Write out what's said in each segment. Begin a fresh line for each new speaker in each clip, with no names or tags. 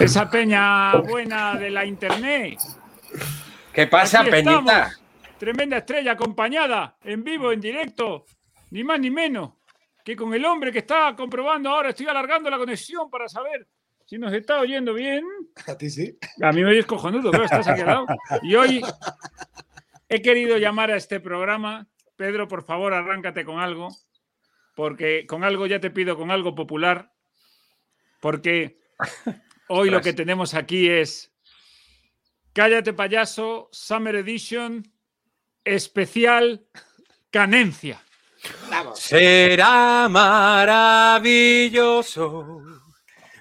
Esa peña buena de la internet.
¿Qué pasa,
Aquí
Peñita?
estamos. Tremenda estrella acompañada, en vivo, en directo, ni más ni menos, que con el hombre que está comprobando ahora, estoy alargando la conexión para saber si nos está oyendo bien.
A ti sí.
A mí me oyes cojonudo, pero estás aquí al lado. Y hoy he querido llamar a este programa, Pedro, por favor, arráncate con algo, porque con algo ya te pido, con algo popular, porque hoy lo que
Ostras.
tenemos aquí es Cállate payaso, Summer Edition, especial Canencia.
Vamos.
Será maravilloso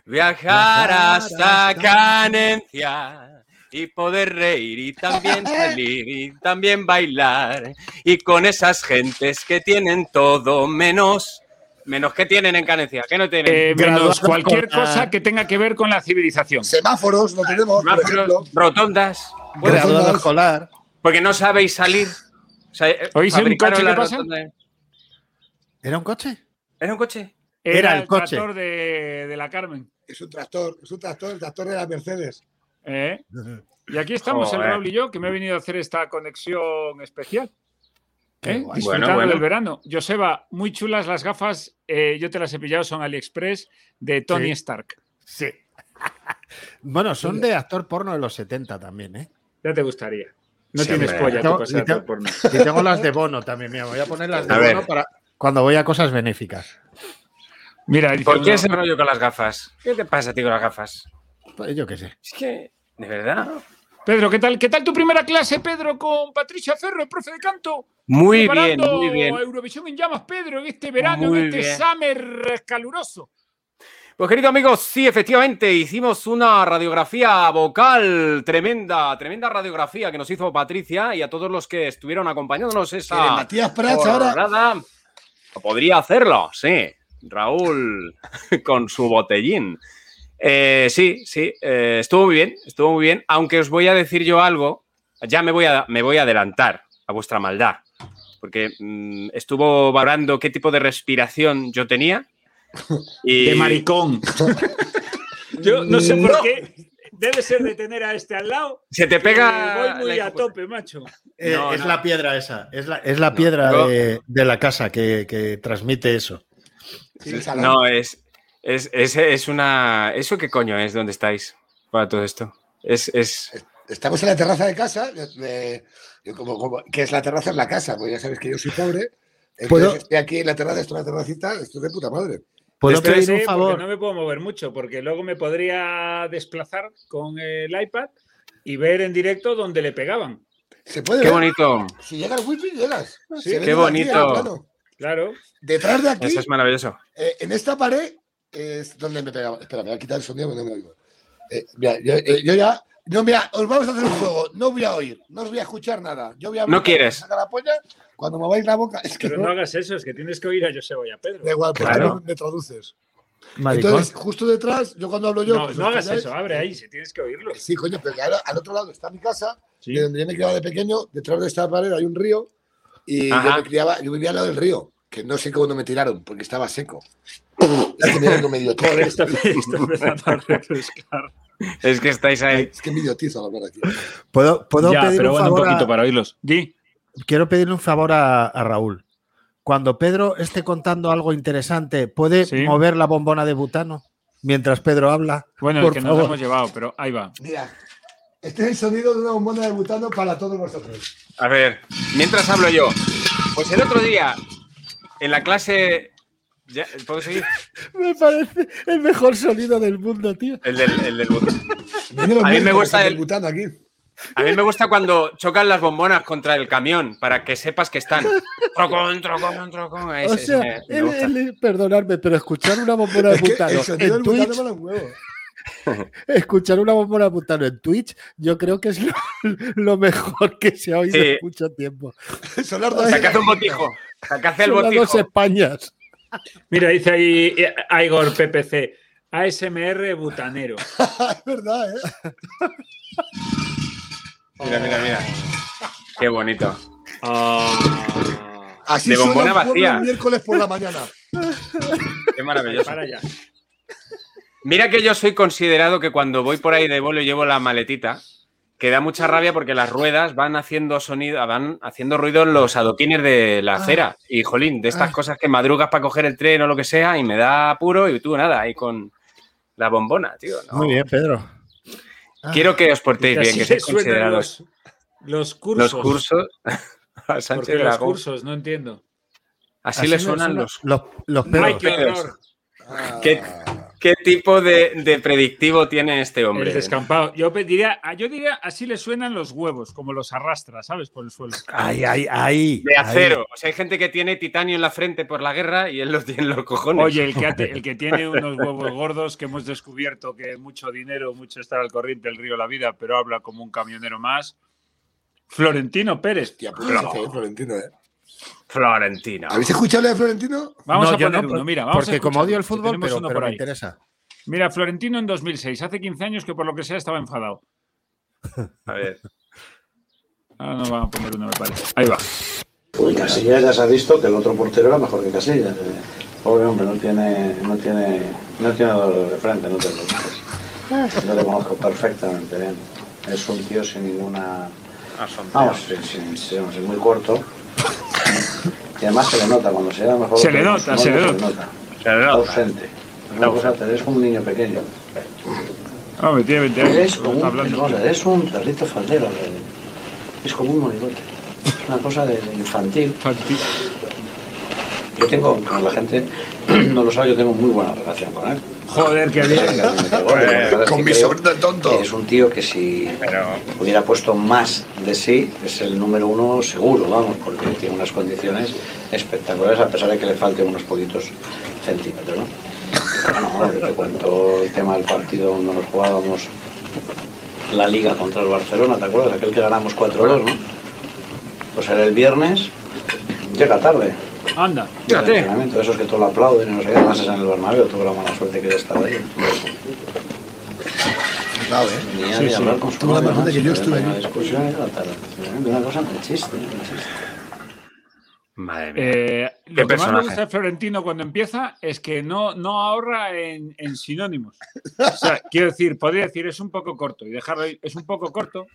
viajar hasta Canencia y poder reír y también salir y también bailar y con esas gentes que tienen todo menos menos que tienen en Canencia, que no tienen
Eh,
Graduado
menos cualquier
con la-
cosa que tenga que ver con la civilización.
Semáforos no tenemos, por
Semáforos.
ejemplo.
rotondas,
Puede
Graduado
ser más.
escolar.
porque no sabéis salir. O sea, eh,
¿Oís un
fabricaron
coche
la
que pasa?
rotonda.
¿Era un coche?
¿Era un coche?
Era,
Era
el,
el coche.
tractor de, de la Carmen.
Es un tractor, es un tractor, el tractor de las Mercedes.
¿eh? Y aquí estamos el
Joder.
Raúl y yo, que me he venido a hacer esta conexión especial.
Qué
¿eh?
guay.
Disfrutando
Bueno, bueno.
del verano. Joseba, muy chulas las gafas. eh, yo te las he pillado, son AliExpress de Tony
Sí.
Stark.
Sí. bueno, son de actor porno de los 70 también, ¿eh?
Ya te gustaría. No
Sí,
tienes
hombre.
polla tú
No,
para
ni
ser actor
te-
porno.
Y tengo las de Bono también, mira, voy a poner las de
A ver.
Bono para cuando voy a cosas benéficas.
Mira, dice
¿Por qué
uno,
ese rollo con las gafas? ¿Qué te pasa a ti con las gafas?
Pues yo qué sé.
Es que, de verdad,
Pedro, ¿qué tal, ¿qué tal tu primera clase, Pedro, con Patricia Ferro, el profe de canto?
Muy bien,
Preparando
muy bien.
Eurovisión en llamas, Pedro, en este verano,
Muy
en este
bien.
summer caluroso.
Pues querido amigos, sí, efectivamente, hicimos una radiografía vocal tremenda, tremenda radiografía que nos hizo Patricia y a todos los que estuvieron acompañándonos
Que de
esa
Matías Prats ahora.
jornada. Podría hacerlo, sí. Raúl con su botellín. Eh, sí, sí, eh, estuvo muy bien, estuvo muy bien. Aunque os voy a decir yo algo, ya me voy a, me voy a adelantar a vuestra maldad, porque mm, estuvo valorando qué tipo de respiración yo tenía. Y,
Eh, maricón. yo Mm, no sé por qué. Debe ser de tener a este al lado.
Se te
que
pega.
Eh, Voy muy
la-
a tope, macho.
Eh,
No,
es
no.
la piedra esa, es la, es la piedra
yo-
de, de la casa que, que transmite eso.
Sí, Salón.
No, es, es, es, es una. ¿Eso qué coño es? ¿Dónde estáis? Para todo esto. Es. es...
Estamos en la terraza de casa. de- de- yo como, como- ¿Qué es la terraza? Es la casa, porque ya sabes que yo soy pobre. Entonces
¿Puedo?
estoy aquí en la terraza, esto es una terracita, esto es de puta madre.
¿Puedo
Estoy
pedir
así
un
porque
favor?
No me puedo mover mucho porque luego me podría desplazar con el iPad y ver en directo donde le pegaban.
Se puede
Qué
ver.
bonito.
Si llega el wifi, llegas.
Sí,
Se ve
qué
desde aquí,
bonito.
ah, claro.
Claro.
Detrás de aquí,
Eso es maravilloso.
eh, en esta pared, es donde me pegaba. Espera, me voy a quitar el sonido porque no me oigo. Eh, mira, yo, eh, yo ya. No, mira, os vamos a hacer un juego. No voy a oír, no os voy a escuchar nada. Yo voy a
No
hablar,
quieres.
saca la polla, cuando mováis la boca, es que
Pero
no,
no hagas eso, es que tienes que oír a Joseba y a Pedro.
Da igual, porque
Claro.
no me traduces.
Maricón.
Entonces, justo detrás, yo cuando hablo yo.
No,
pues,
no
os
hagas
calláis.
eso, abre ahí, si tienes que oírlo.
Sí, coño, pero que ahora al otro lado está mi casa,
Sí.
de donde yo me criaba de pequeño, detrás de esta pared hay un río, y yo
Ajá.
me criaba, yo vivía al lado del río, que no sé cómo no me tiraron, porque estaba seco. Es que me dieron un idiota-
Joder, está, está empezando a refrescar.
Es que estáis ahí.
Es que me idiotizo al hablar aquí.
¿Puedo, puedo
Ya,
pedir
pero
un
bueno, un
favor? a-
poquito para oírlos. Di.
Quiero pedirle un favor a, a Raúl. Cuando Pedro esté contando algo interesante, ¿puede
Sí.
mover la bombona de butano mientras Pedro habla?
Bueno,
Por
el que nos
favor.
hemos llevado, pero ahí va.
Mira, este es el sonido de una bombona de butano para todos vosotros.
A ver, mientras hablo yo. Pues el otro día, en la clase. ¿Ya? ¿Puedo seguir?
Me parece el mejor sonido del mundo, tío.
El del, el del botón.
Viene los
A mí me
miércoles
gusta
aquí
el-
butano aquí.
A mí me gusta cuando chocan las bombonas contra el camión para que sepas que están. Trocón, trocón, trocón. Ese,
O
ese
sea,
me, me
el-
gusta.
el- perdonadme, pero escuchar una bombona de
Es que
butano
el sonido
en
del butano me
Twitch,
da un huevo.
escuchar una bombona de butano en Twitch, yo creo que es lo, lo mejor que se ha oído
Sí.
en mucho tiempo.
Son las dos.
O sea, que hace un botijo. O sea, que hace el
Son las dos
botijo.
Españas.
Mira, dice ahí eh, Igor PPC, ASMR butanero.
Es verdad, ¿eh?
Mira, mira, mira. Qué bonito.
Así
De
son
bombona
los pueblos
vacía.
miércoles por la mañana.
Qué maravilloso.
Para allá.
Mira que yo soy considerado que cuando voy por ahí de vuelo y llevo la maletita, que da mucha rabia porque las ruedas van haciendo sonido, ah, van haciendo ruido en los adoquines de
Ah.
la acera. Y jolín, de estas cosas que madrugas para coger el tren o lo que sea, y me da puro y tú nada, ahí con la bombona, tío. ¿no?
Muy bien, Pedro.
Quiero que os portéis bien,
Así
que
se
seáis
suenan
considerados
los, los cursos.
los cursos. A
¿Por
Sánchez
qué los
Dragó.
cursos? No entiendo.
Así,
Así
le
me
suenan los.
los, los perros.
Ay, qué
Pedro.
horror.
Ah,
¿Qué- ¿Qué tipo de, de predictivo tiene este hombre?
El descampado. Yo pe- diría, yo diría, así le suenan los huevos, como los arrastra, ¿sabes? Por el suelo.
Ah,
Ay, ay, ay.
De
ay.
acero. O sea, hay gente que tiene titanio en la frente por la guerra y él los tiene en los cojones.
Oye, el que, ate- el que tiene unos huevos gordos que hemos descubierto que mucho dinero, mucho estar al corriente del río La Vida, pero habla como un camionero más. Florentino Pérez.
Hostia,
pues,
puta, se fue, Florentino, ¿eh?
Florentino.
¿Habéis escuchado hablar de Florentino?
Vamos
No,
a
yo
poner
no,
uno,
por-
mira, vamos a
Porque como
escucharlo,
odio el
que
fútbol,
tenemos
pero,
uno
pero
por
me
ahí.
interesa.
Mira, Florentino en 2006, hace 15 años que por lo que sea estaba enfadado.
A ver.
Ahora nos van Ah, a poner uno, me parece. Ahí va.
Uy, Casillas ya se ha visto que el otro portero era mejor que Casillas. eh. Pobre hombre, no tiene, no tiene, no tiene dolor de frente, no te preocupes. Yo lo conozco perfectamente bien. Es un tío sin ninguna.
Ah,
Vamos, sin- sin- sin- sin- muy corto. Y además se le nota cuando se da mejor.
Se le
que
nota,
no,
se le
no
nota.
Se le nota.
Ausente. Es una cosa, te- eres como un niño pequeño.
Hombre, Ah, tiene 20
Eres
años.
como
pero está
un,
hablando.
no, eres un perrito faldero. eh. Es como un monigote. Es una cosa de de infantil.
Fanti-
Yo tengo, con la gente no lo sabe, yo tengo muy buena relación con él.
Joder, qué bien.
Eh, Con mi sobrino el tonto.
Es un tío que si
Pero
hubiera puesto más de sí, es el número uno seguro, vamos, porque tiene unas condiciones espectaculares, a pesar de que le falten unos poquitos centímetros, ¿no? Bueno, yo te cuento el tema del partido cuando nos jugábamos la Liga contra el Barcelona, ¿te acuerdas? Aquel que ganamos 4-2, ¿no? Pues era el viernes, llega tarde,
Anda.
el entrenamiento, esos que todo lo aplauden y no sé qué, además es en el Bernabéu, tuve la mala suerte que yo estaba ahí.
Claro, ¿eh?
Ni a
Sí,
de
sí.
hablar con su
Tuve la
madre,
mala suerte
¿no?
que yo
Se
estuve
ve una
allí.
discusión y la tal. De Una cosa tan chiste, tan chiste.
Madre mía.
Eh, lo que más me
personaje.
gusta de Florentino cuando empieza es que no, no ahorra en, en sinónimos. O sea, quiero decir, podría decir es un poco corto y dejarlo ahí, es un poco corto,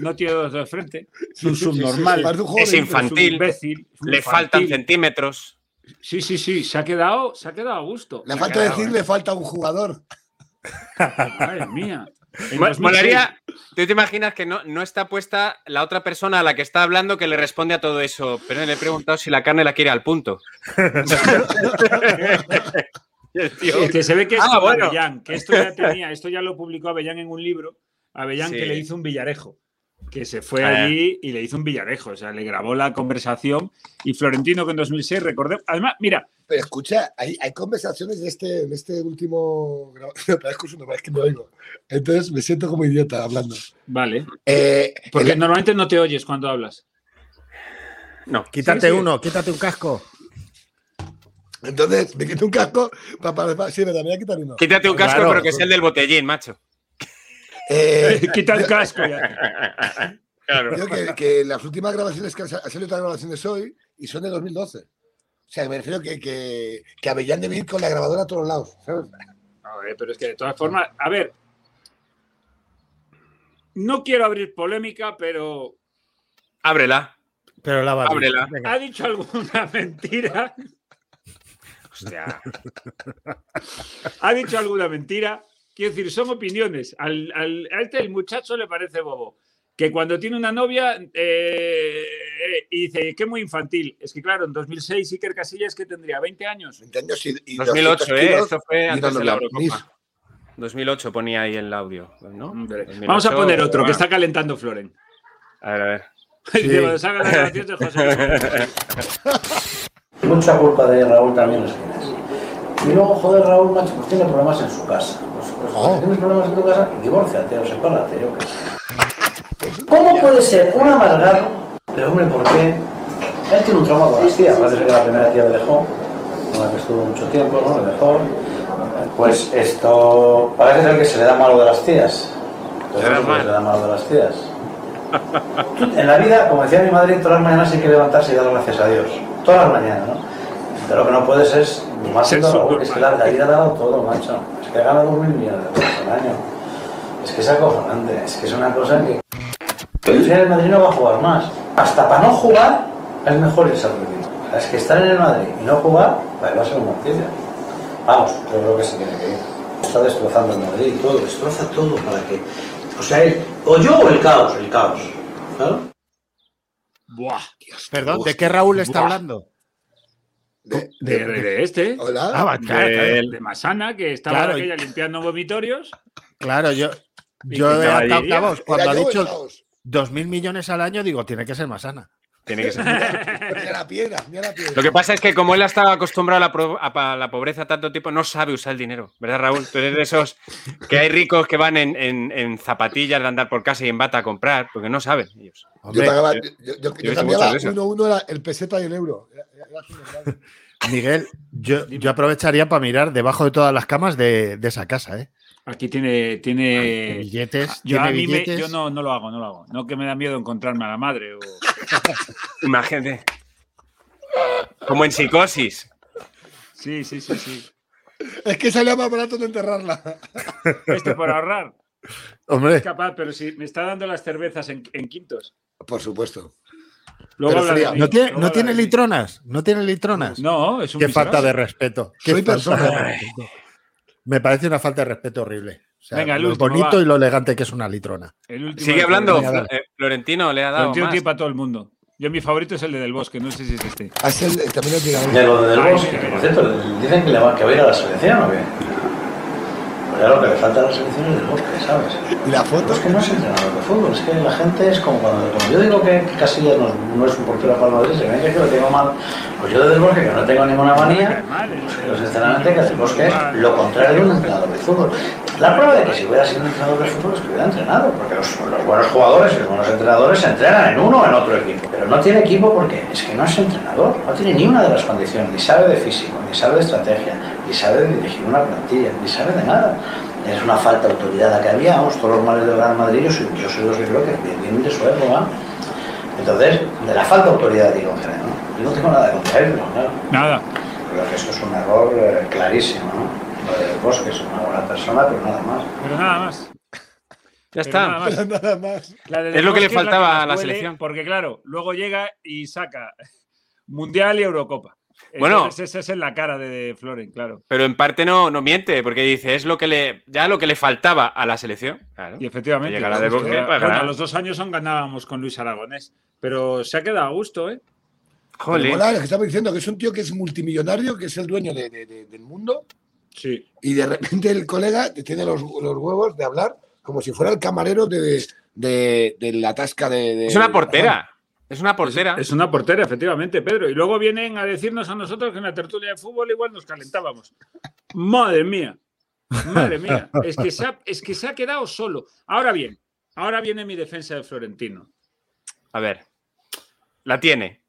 no tiene dos de frente, es un subnormal,
Parece un juego
Es
de-
infan-
es un
Infantil.
imbécil, es un
Le
infantil.
faltan centímetros.
Sí, sí, sí, se ha quedado, se ha quedado a gusto.
Le
Se ha
falta
quedado,
eh.
decir, le falta un jugador.
¿eh? Madre mía. En
Mo-
2006,
Molaría. ¿Tú te imaginas que no, no está puesta la otra persona a la que está hablando que le responde a todo eso? Pero le he preguntado si la carne la quiere al punto. Y el tío,
que se ve que es
Ah,
como
bueno.
Avellán, que esto ya tenía, esto ya lo publicó Avellán en un libro, Avellán
Sí.
que le hizo un villarejo, que se fue
Ah.
allí y le hizo un villarejo, o sea, le grabó la conversación y Florentino que en 2006 recordé, además, mira,
Pero escucha, hay, hay conversaciones de este, de este último grabado. Pero es que no, es que no oigo. Entonces me siento como idiota hablando.
vale,
Eh,
porque
el-
normalmente no te oyes cuando hablas.
No.
Quítate
Sí, sí.
uno, quítate un casco.
Entonces me quito un casco para, para, para- sí, verdad, me voy a quitar uno.
Quítate un casco,
Claro.
pero que sea el del botellín, macho.
Eh,
Quita el casco ya.
Claro.
Yo que, que las últimas grabaciones que han sa- han salido otras grabaciones hoy y son de 2012. O sea, me refiero que, que, que Avellán debe ir con la grabadora a todos lados. ¿sabes?
Joder, pero es que de todas formas, a ver, no quiero abrir polémica, pero
Ábrela.
Pero la barriga.
Ábrela.
Venga.
¿ha dicho alguna mentira?
Hostia.
ha dicho alguna mentira. Quiero decir, son opiniones. Al, al- a este el muchacho le parece bobo. Que cuando tiene una novia eh, eh, y dice que es muy infantil. Es que claro, en 2006 Iker Casillas que tendría 20 años.
20 años y, y
2008,
200
¿eh?
kilos.
Esto fue
y
antes de la
dándole a Miss.
Eurocopa. 2008 ponía ahí el audio, ¿no?
Mm.
Hombre.
2008,
Vamos a poner otro que
bueno.
está calentando Floren.
A ver, a ver.
Digo, saca las grabaciones de José Luis.
Mucha culpa de Raúl también los tienes. Y luego, joder, Raúl, macho, pues tiene problemas en su casa. Pues, pues,
Oh.
si tienes problemas en tu casa, divórciate o sepárate, yo qué sé. ¿Cómo puede ser un amargado? Pero, hombre, ¿por qué? Él tiene un trauma con las tías. Parece que la primera tía le dejó, con la que estuvo mucho tiempo, ¿no? Le dejó. Pues esto parece ser que se le da malo de las tías. Pues
Se le da
no sé por qué
mal.
se le da malo de las tías. Tú, En la vida, como decía mi madre, todas las mañanas hay que levantarse y dar gracias a Dios. Todas las mañanas, ¿no? Pero lo que no puedes es, más
Ser
que todo,
superman.
es que la, la vida ha dado todo, macho. Es que ha ganado mil millones de euros al año. Es que es acojonante, es que es una cosa que. El día del Madrid no va a jugar más. Hasta para no jugar, es mejor irse al Madrid. O sea, Es que estar en el Madrid y no jugar, vale, va a ser un martirio. Vamos, yo creo que se tiene que ir. Está destrozando el Madrid y todo, destroza todo para que. O sea, el- o yo o el caos, el caos. ¿Claro?
Buah,
Perdón, ¿de qué Raúl está
Buah.
hablando?
De-
de, de este.
Ah,
Hola.
va, claro, claro,
de, de Masana, que estaba
Claro,
aquella limpiando vomitorios.
claro, yo,
Y
yo
que
he
caballería.
atado cabos. Cuando
Era
ha
yo el
dicho
caos.
2.000 millones al año, digo, tiene que ser más sana.
Tiene que ser.
Mira la piedra, mira la piedra.
Lo que pasa es que como él ha estado acostumbrado a la, pro- a pa- la pobreza tanto tiempo, no sabe usar el dinero, ¿verdad, Raúl? Tú eres de esos que hay ricos que van en, en- en zapatillas de andar por casa y en bata a comprar, porque no saben ellos.
Yo,
Hombre,
pagaba,
Eh,
yo, yo- yo
hice
cambiaba
muchas de esas.
1-1 era el peseta y el euro. Era- era fenomenal.
Miguel, yo, yo aprovecharía para mirar debajo de todas las camas de, de esa casa, ¿eh?
Aquí tiene.
De
tiene
billetes,
Eh, yo a
tiene
mí me-
billetes.
yo no, no lo hago, no lo hago. No que me da miedo encontrarme a la madre. o-
Imagínate. Como en psicosis.
Sí, sí, sí, sí.
es que salía más barato de enterrarla.
Este por ahorrar.
Hombre,
Es capaz, pero si me está dando las cervezas en, en quintos.
Por supuesto.
Luego
Pero
habla de
fría.
mí,
no tiene,
luego
no
habla
tiene
de mí.
litronas, no tiene litronas.
No, es un
Qué
miserable.
falta de respeto. qué
Soy
falta de
persona.
respeto. Me parece una falta de respeto horrible. O sea,
Venga, el
lo
último,
bonito
va.
y lo elegante que es una litrona.
El último
Sigue
de
hablando.
Florentino.
dale.
Fl- eh, Florentino le ha dado
Florentino
más.
tiene para todo el mundo. Yo mi favorito es el de Del Bosque, no sé si es este.
Haz el- eh, también el
Ya
tirador.
lo del
Ay,
Bosque,
mira,
que,
mira.
por cierto, dicen que, le va, que va a ir a la selección o qué. Pues ya lo que le falta a la selección es del Bosque, ¿sabes?
Y la
Pero
foto.
es que no es entrenador de fútbol, es que la gente es como cuando, como yo digo que Casillas no, no es un portero para el Madrid, se creen que yo lo tengo mal. Pues yo del Bosque, que no tengo ninguna manía, pero sinceramente que del Bosque es lo contrario de un entrenador de fútbol. La prueba de que si hubiera sido un entrenador de fútbol es que hubiera entrenado, porque los, los buenos jugadores y los buenos entrenadores se entrenan en uno o en otro equipo. Pero no tiene equipo porque es que no es entrenador, no tiene ni una de las condiciones, ni sabe de físico, ni sabe de estrategia, ni sabe de dirigir una plantilla, ni sabe de nada. Es una falta de autoridad la que había, vamos, todos los males del Real Madrid, yo soy, yo soy los que creo que bien de su época. Entonces, de la falta de autoridad digo, en general, ¿no? Yo no tengo nada contra él, pero claro.
Nada.
Creo que eso es un error eh, clarísimo, ¿no? Lo del Bosque es una buena persona, pero nada más.
Pero nada más.
Ya
Pero nada
está.
más.
Nada más.
La de
Es
Del
lo que le
Bosque es
faltaba
más
a la
duele,
selección.
Porque claro, luego llega y saca Mundial y Eurocopa.
Bueno.
Entonces, esa es en la cara de Floren, claro.
Pero en parte no, no miente, porque dice, es lo que le, ya lo que le faltaba a la selección. Claro.
Y efectivamente.
Llegará
pues,
Del Bosque
bueno,
para ganar.
a los dos años aún ganábamos con Luis Aragonés. Pero se ha quedado a gusto, ¿eh?
Jolín.
Mola lo que estamos diciendo, que es un tío que es multimillonario, que es el dueño de- de- de- del mundo,
Sí.
y de repente el colega te tiene los, los huevos de hablar como si fuera el camarero de, de- de la tasca de, de-
Es una portera. Es una portera.
eh, Es una portera, efectivamente, Pedro. Y luego vienen a decirnos a nosotros que en la tertulia de fútbol igual nos calentábamos. Madre mía. Madre mía. Es que se ha, es que se ha quedado solo. Ahora bien, ahora viene mi defensa de Florentino.
A ver. La tiene.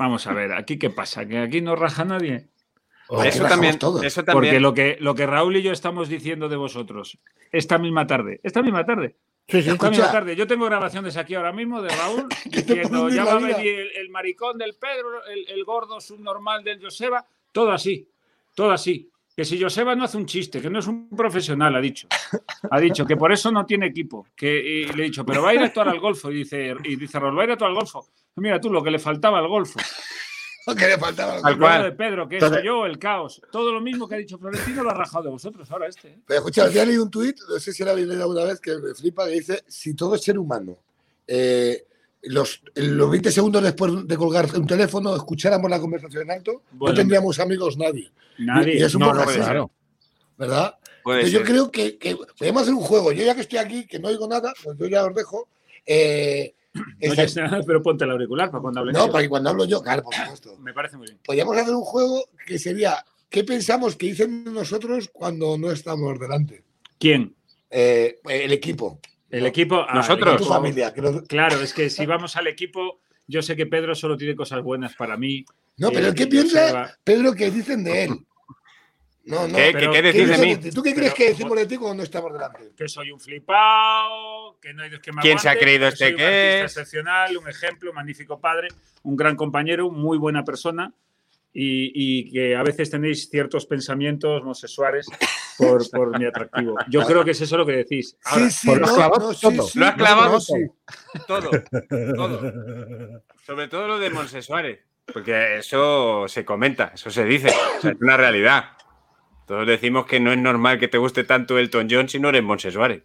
Vamos a ver, aquí qué pasa, que aquí no raja nadie.
Aquí
Eso
rajamos
también,
todos.
eso
Porque
también.
lo que, lo que Raúl y yo estamos diciendo de vosotros, esta misma tarde, esta misma tarde,
Sí, sí.
esta misma
Escucha.
tarde, yo tengo grabaciones aquí ahora mismo de Raúl
te
diciendo,
pones
ya
la
va a
vida".
venir el, el maricón del Pedro, el, el gordo subnormal del Joseba, todo así, todo así. Que si Joseba no hace un chiste, que no es un profesional, ha dicho. Ha dicho que por eso no tiene equipo. Que, y le he dicho, pero va a ir a actuar al golfo. Y dice, y dice Raúl, va a ir a actuar al golfo. Mira tú lo que le faltaba al golfo.
Que le faltaba.
Al-
El rollo
cual.
de Pedro, que
Entonces-
soy yo, el caos. Todo lo mismo que ha dicho Florentino lo ha rajado de vosotros ahora este. ¿eh?
Pero escucha, había leído un tuit, no sé si lo habéis leído alguna vez, que me flipa, que dice, si todo es ser humano, eh, los, los 20 segundos después de colgar un teléfono, escucháramos la conversación en alto,
Bueno.
no tendríamos amigos nadie,
Nadie.
Y es un
No,
poco
no
así,
puede ser.
Claro.
¿verdad?
puede
Entonces, yo
ser.
creo que, que podemos hacer un juego. Yo ya que estoy aquí, que no oigo nada, pues yo ya os dejo. Eh,
No
esa-
oyes nada, pero ponte el auricular para cuando hables.
no, para que cuando hablo yo, claro, por supuesto.
Me parece muy bien.
Podríamos hacer un juego que sería ¿qué pensamos que dicen nosotros cuando no estamos delante?
¿Quién?
Eh, el equipo,
El
No.
equipo. Ah, el
Nosotros.
tu
equipo-
familia. que nos-
Claro, es que si vamos al equipo, yo sé que Pedro solo tiene cosas buenas para mí.
No,
Eh,
pero ¿qué
yo
piensa
observa-
Pedro que dicen de él? No, no.
¿Qué,
pero-
qué- qué
¿Qué
decís de
dicen
mí?
ti? ¿Tú qué
Pero-
crees que decimos de ti cuando no estamos delante?
Que soy un flipao, que no hay Dios que me
¿Quién se ha
aguante,
creído
que
este
soy un
que
artista
es?
excepcional, un ejemplo, un magnífico padre, un gran compañero, muy buena persona y, y que a veces tenéis ciertos pensamientos homosexuales por, por mi atractivo. Yo creo que es eso lo que decís. Ahora,
Sí, sí,
por- lo has clavado todo.
Lo has clavado
no, sí.
Todo, todo. Sobre todo lo de Monsesuárez. Porque eso se comenta, eso se dice. o sea, es una realidad. Todos decimos que no es normal que te guste tanto Elton John si no eres Monsesuárez.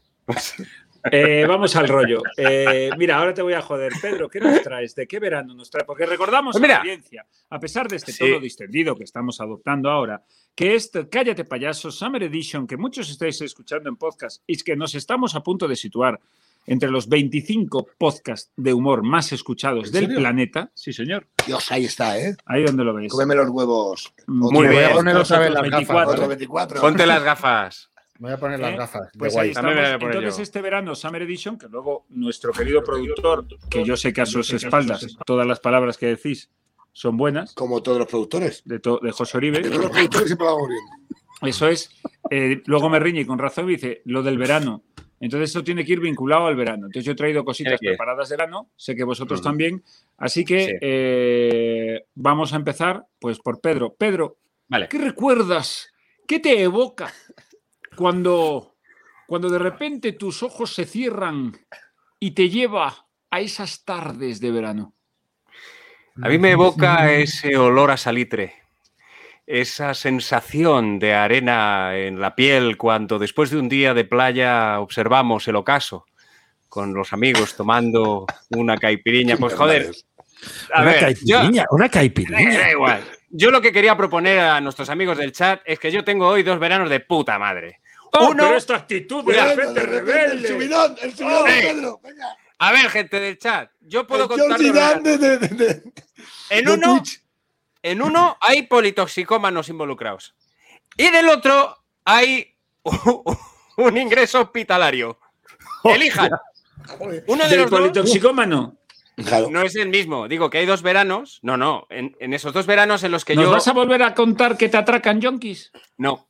eh, vamos al rollo. Eh, mira, ahora te voy a joder. Pedro, ¿qué nos traes? ¿De qué verano nos traes? Porque recordamos
Pues mira.
a la audiencia, a pesar de este
Sí.
tono distendido que estamos adoptando ahora, que este Cállate Payaso Summer Edition, que muchos estáis escuchando en podcast y es que nos estamos a punto de situar entre los 25 podcasts de humor más escuchados
¿En
del
serio?
planeta. Sí, señor.
Dios, ahí está, ¿eh?
Ahí donde lo veis. Mm,
Cómeme los huevos.
Muy
bien.
Voy a poner otra vez las
Nosotros
gafas.
24.
Otro 24.
Ponte las gafas.
Me voy a poner las
¿Eh?
gafas. de
Pues
guay.
ahí estamos.
Dame, dame, poner
Entonces,
yo.
este verano, Summer Edition, que luego nuestro querido productor, que yo sé que a sus espaldas todas las palabras que decís son buenas,
Como todos los productores.
de, to- de José
De todos
Oribe,
los productores siempre vamos bien.
eso es, eh, luego me riñe y con razón y dice lo del verano. Entonces, esto tiene que ir vinculado al verano. Entonces, yo he traído cositas
Tiene que ir.
preparadas de verano, sé que vosotros
Mm.
también. Así que
Sí.
eh, vamos a empezar pues por Pedro. Pedro,
Vale.
¿Qué recuerdas? ¿Qué te evoca cuando, cuando de repente tus ojos se cierran y te lleva a esas tardes de verano?
A mí me evoca ese olor a salitre, esa sensación de arena en la piel cuando después de un día de playa observamos el ocaso con los amigos tomando una caipiriña. Pues joder, a
una
ver, yo, eh,
caipirinha, una caipirinha.
da igual. Yo lo que quería proponer a nuestros amigos del chat es que yo tengo hoy dos veranos de puta madre. Uno-
Oh, pero esta actitud de
Cuidado,
la
Venga,
gente
de repente, El
rebelde.
subidón, el subidón,
¡Ole!
Pedro. Venga.
A ver, gente del chat, yo puedo
El Jordi
contar.
Dan de, de, de-
En
de
uno,
Twitch.
En uno hay politoxicómanos involucrados. Y del otro hay un ingreso hospitalario. Elijan.
Joder.
Uno de
Del
los dos
politoxicómano.
Claro.
no es el mismo. Digo que hay dos veranos. No, no. En, en esos dos veranos en los que
¿Nos
yo.
vas a volver a contar que te atracan yonkis?
No,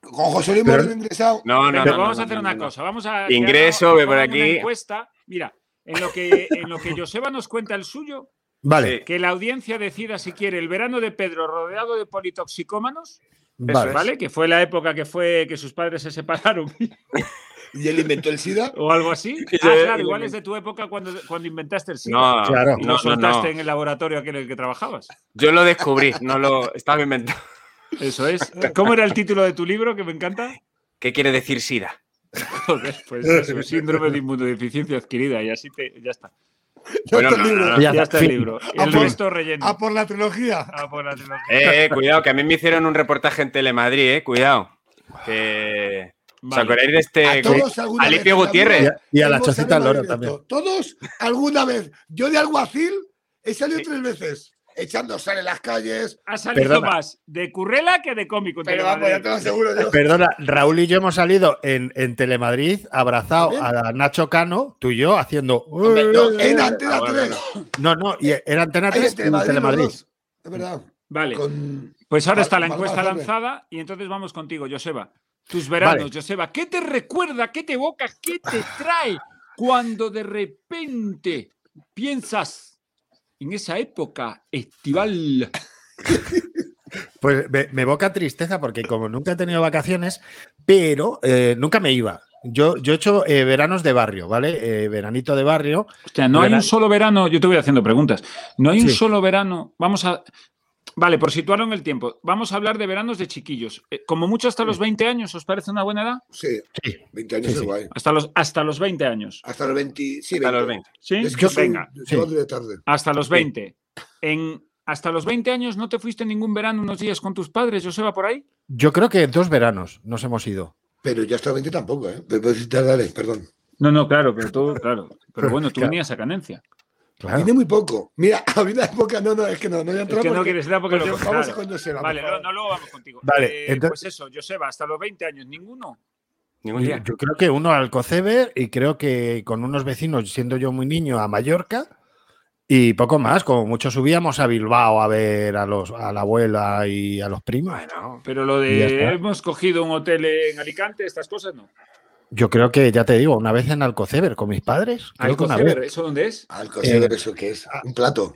Con José Luis
Pero-
Moreno ingresado.
no, no.
Pero
no,
vamos
no,
a hacer
no,
una
no.
cosa. Vamos a.
Ingreso,
que
ve por
hagan una
aquí.
encuesta. Mira, en lo, que, en lo que Joseba nos cuenta el suyo,
Vale,
que la audiencia decida si quiere el verano de Pedro rodeado de politoxicómanos
vale.
es.
¿Vale? Que fue la época que fue que sus padres se separaron
Y él inventó el SIDA.
o algo así.
Sí,
Ah, claro,
sí,
igual
sí.
es de tu época cuando, cuando inventaste el SIDA.
No,
Claro.
y lo
no, no, no.
soltaste en el laboratorio aquel en el que trabajabas.
Yo lo descubrí, no lo estaba inventando.
Eso es. ¿Cómo era el título de tu libro que me encanta?
¿Qué quiere decir SIDA?
Joder, pues es un síndrome de inmunodeficiencia adquirida y así te, ya está.
Ya
Bueno,
está el
no,
libro.
no, no.
Ya,
Ya
está
está,
el
fin.
libro.
Ah,
El
pues-
resto relleno.
A por la trilogía.
Ah, por la trilogía.
Eh, eh, cuidado, que a mí me hicieron un reportaje en Telemadrid, eh. Cuidado. Que- ¿Os
Vale.
acordáis de este?
a todos alguna vez.
Alipio Gutiérrez.
Y a, y a la
Hemos
chocita
salido
al loro
mal directo.
también.
Todos alguna vez. Yo de alguacil he salido tres veces. Echando sal en las calles.
Ha salido
Perdona.
más de currela que de cómico. en
Pero vamos,
Telemadrid.
ya te lo aseguro yo.
Perdona, Raúl y yo hemos salido en, en Telemadrid, abrazado
Bien.
a Nacho Cano, tú y yo, haciendo.
Hombre, no, en Antena
Ah, bueno,
3.
No, no, y era Antena
Ahí
3
en
en Telemadrid.
los dos. Es verdad.
Vale.
Con...
Pues ahora
Vale,
está la
vamos
encuesta
a hacerle.
lanzada y entonces vamos contigo, Joseba. Tus veranos, Joseba. ¿Qué te recuerda? ¿Qué te evoca? ¿Qué te trae cuando de repente piensas en esa época estival?
Pues me, me evoca tristeza porque como nunca he tenido vacaciones, pero eh, nunca me iba. Yo, yo he hecho eh, veranos de barrio, ¿vale? Eh, veranito de barrio.
O sea, no hay un
Verano.
solo verano. Yo te voy haciendo preguntas. No hay un
Sí.
solo verano. Vamos a. Vale, por situarlo en el tiempo, vamos a hablar de veranos de chiquillos. Eh, Como mucho hasta los 20 años, ¿os parece una buena edad?
Sí,
Sí.
20 años
Sí,
es
sí.
guay.
Hasta los, hasta los 20 años.
Hasta los 20. Sí,
Hasta los 20.
¿Sí?
Es que soy,
Venga.
soy hombre de tarde.
Hasta los
Sí.
20. En, hasta los 20 años no te fuiste ningún verano unos días con tus padres, Joseba, por ahí.
Yo creo que dos veranos nos hemos ido.
Pero yo hasta los 20 tampoco, ¿eh? Pero, pero, dale, perdón.
No, no, claro, pero tú, claro. Pero bueno, tú
Claro.
venías a Canencia.
Claro.
Vine muy poco. Mira, a mí la época no, no, es que no, no voy a
Es
entrar
que no
porque-
quieres nada porque
Pero
lo
vamos a
claro.
cuando se va.
Vale,
por
no,
favor.
no, luego vamos contigo.
Vale,
Eh,
entonces-
pues eso, Joseba, hasta los 20 años, ninguno.
Ningún
Yo
día.
yo creo que uno al Coceber y creo que con unos vecinos, siendo yo muy niño, a Mallorca y poco más. Como mucho subíamos a Bilbao a ver a, los, a la abuela y a los primos.
Bueno,
Pero lo
Ya
de
está.
hemos cogido un hotel en Alicante, estas cosas no.
Yo creo que, ya te digo, una vez en Alcoceber con mis padres. Creo que una
Alcoceber,
vez.
¿Eso dónde es?
Alcocer,
Eh,
¿eso qué es? Un plato.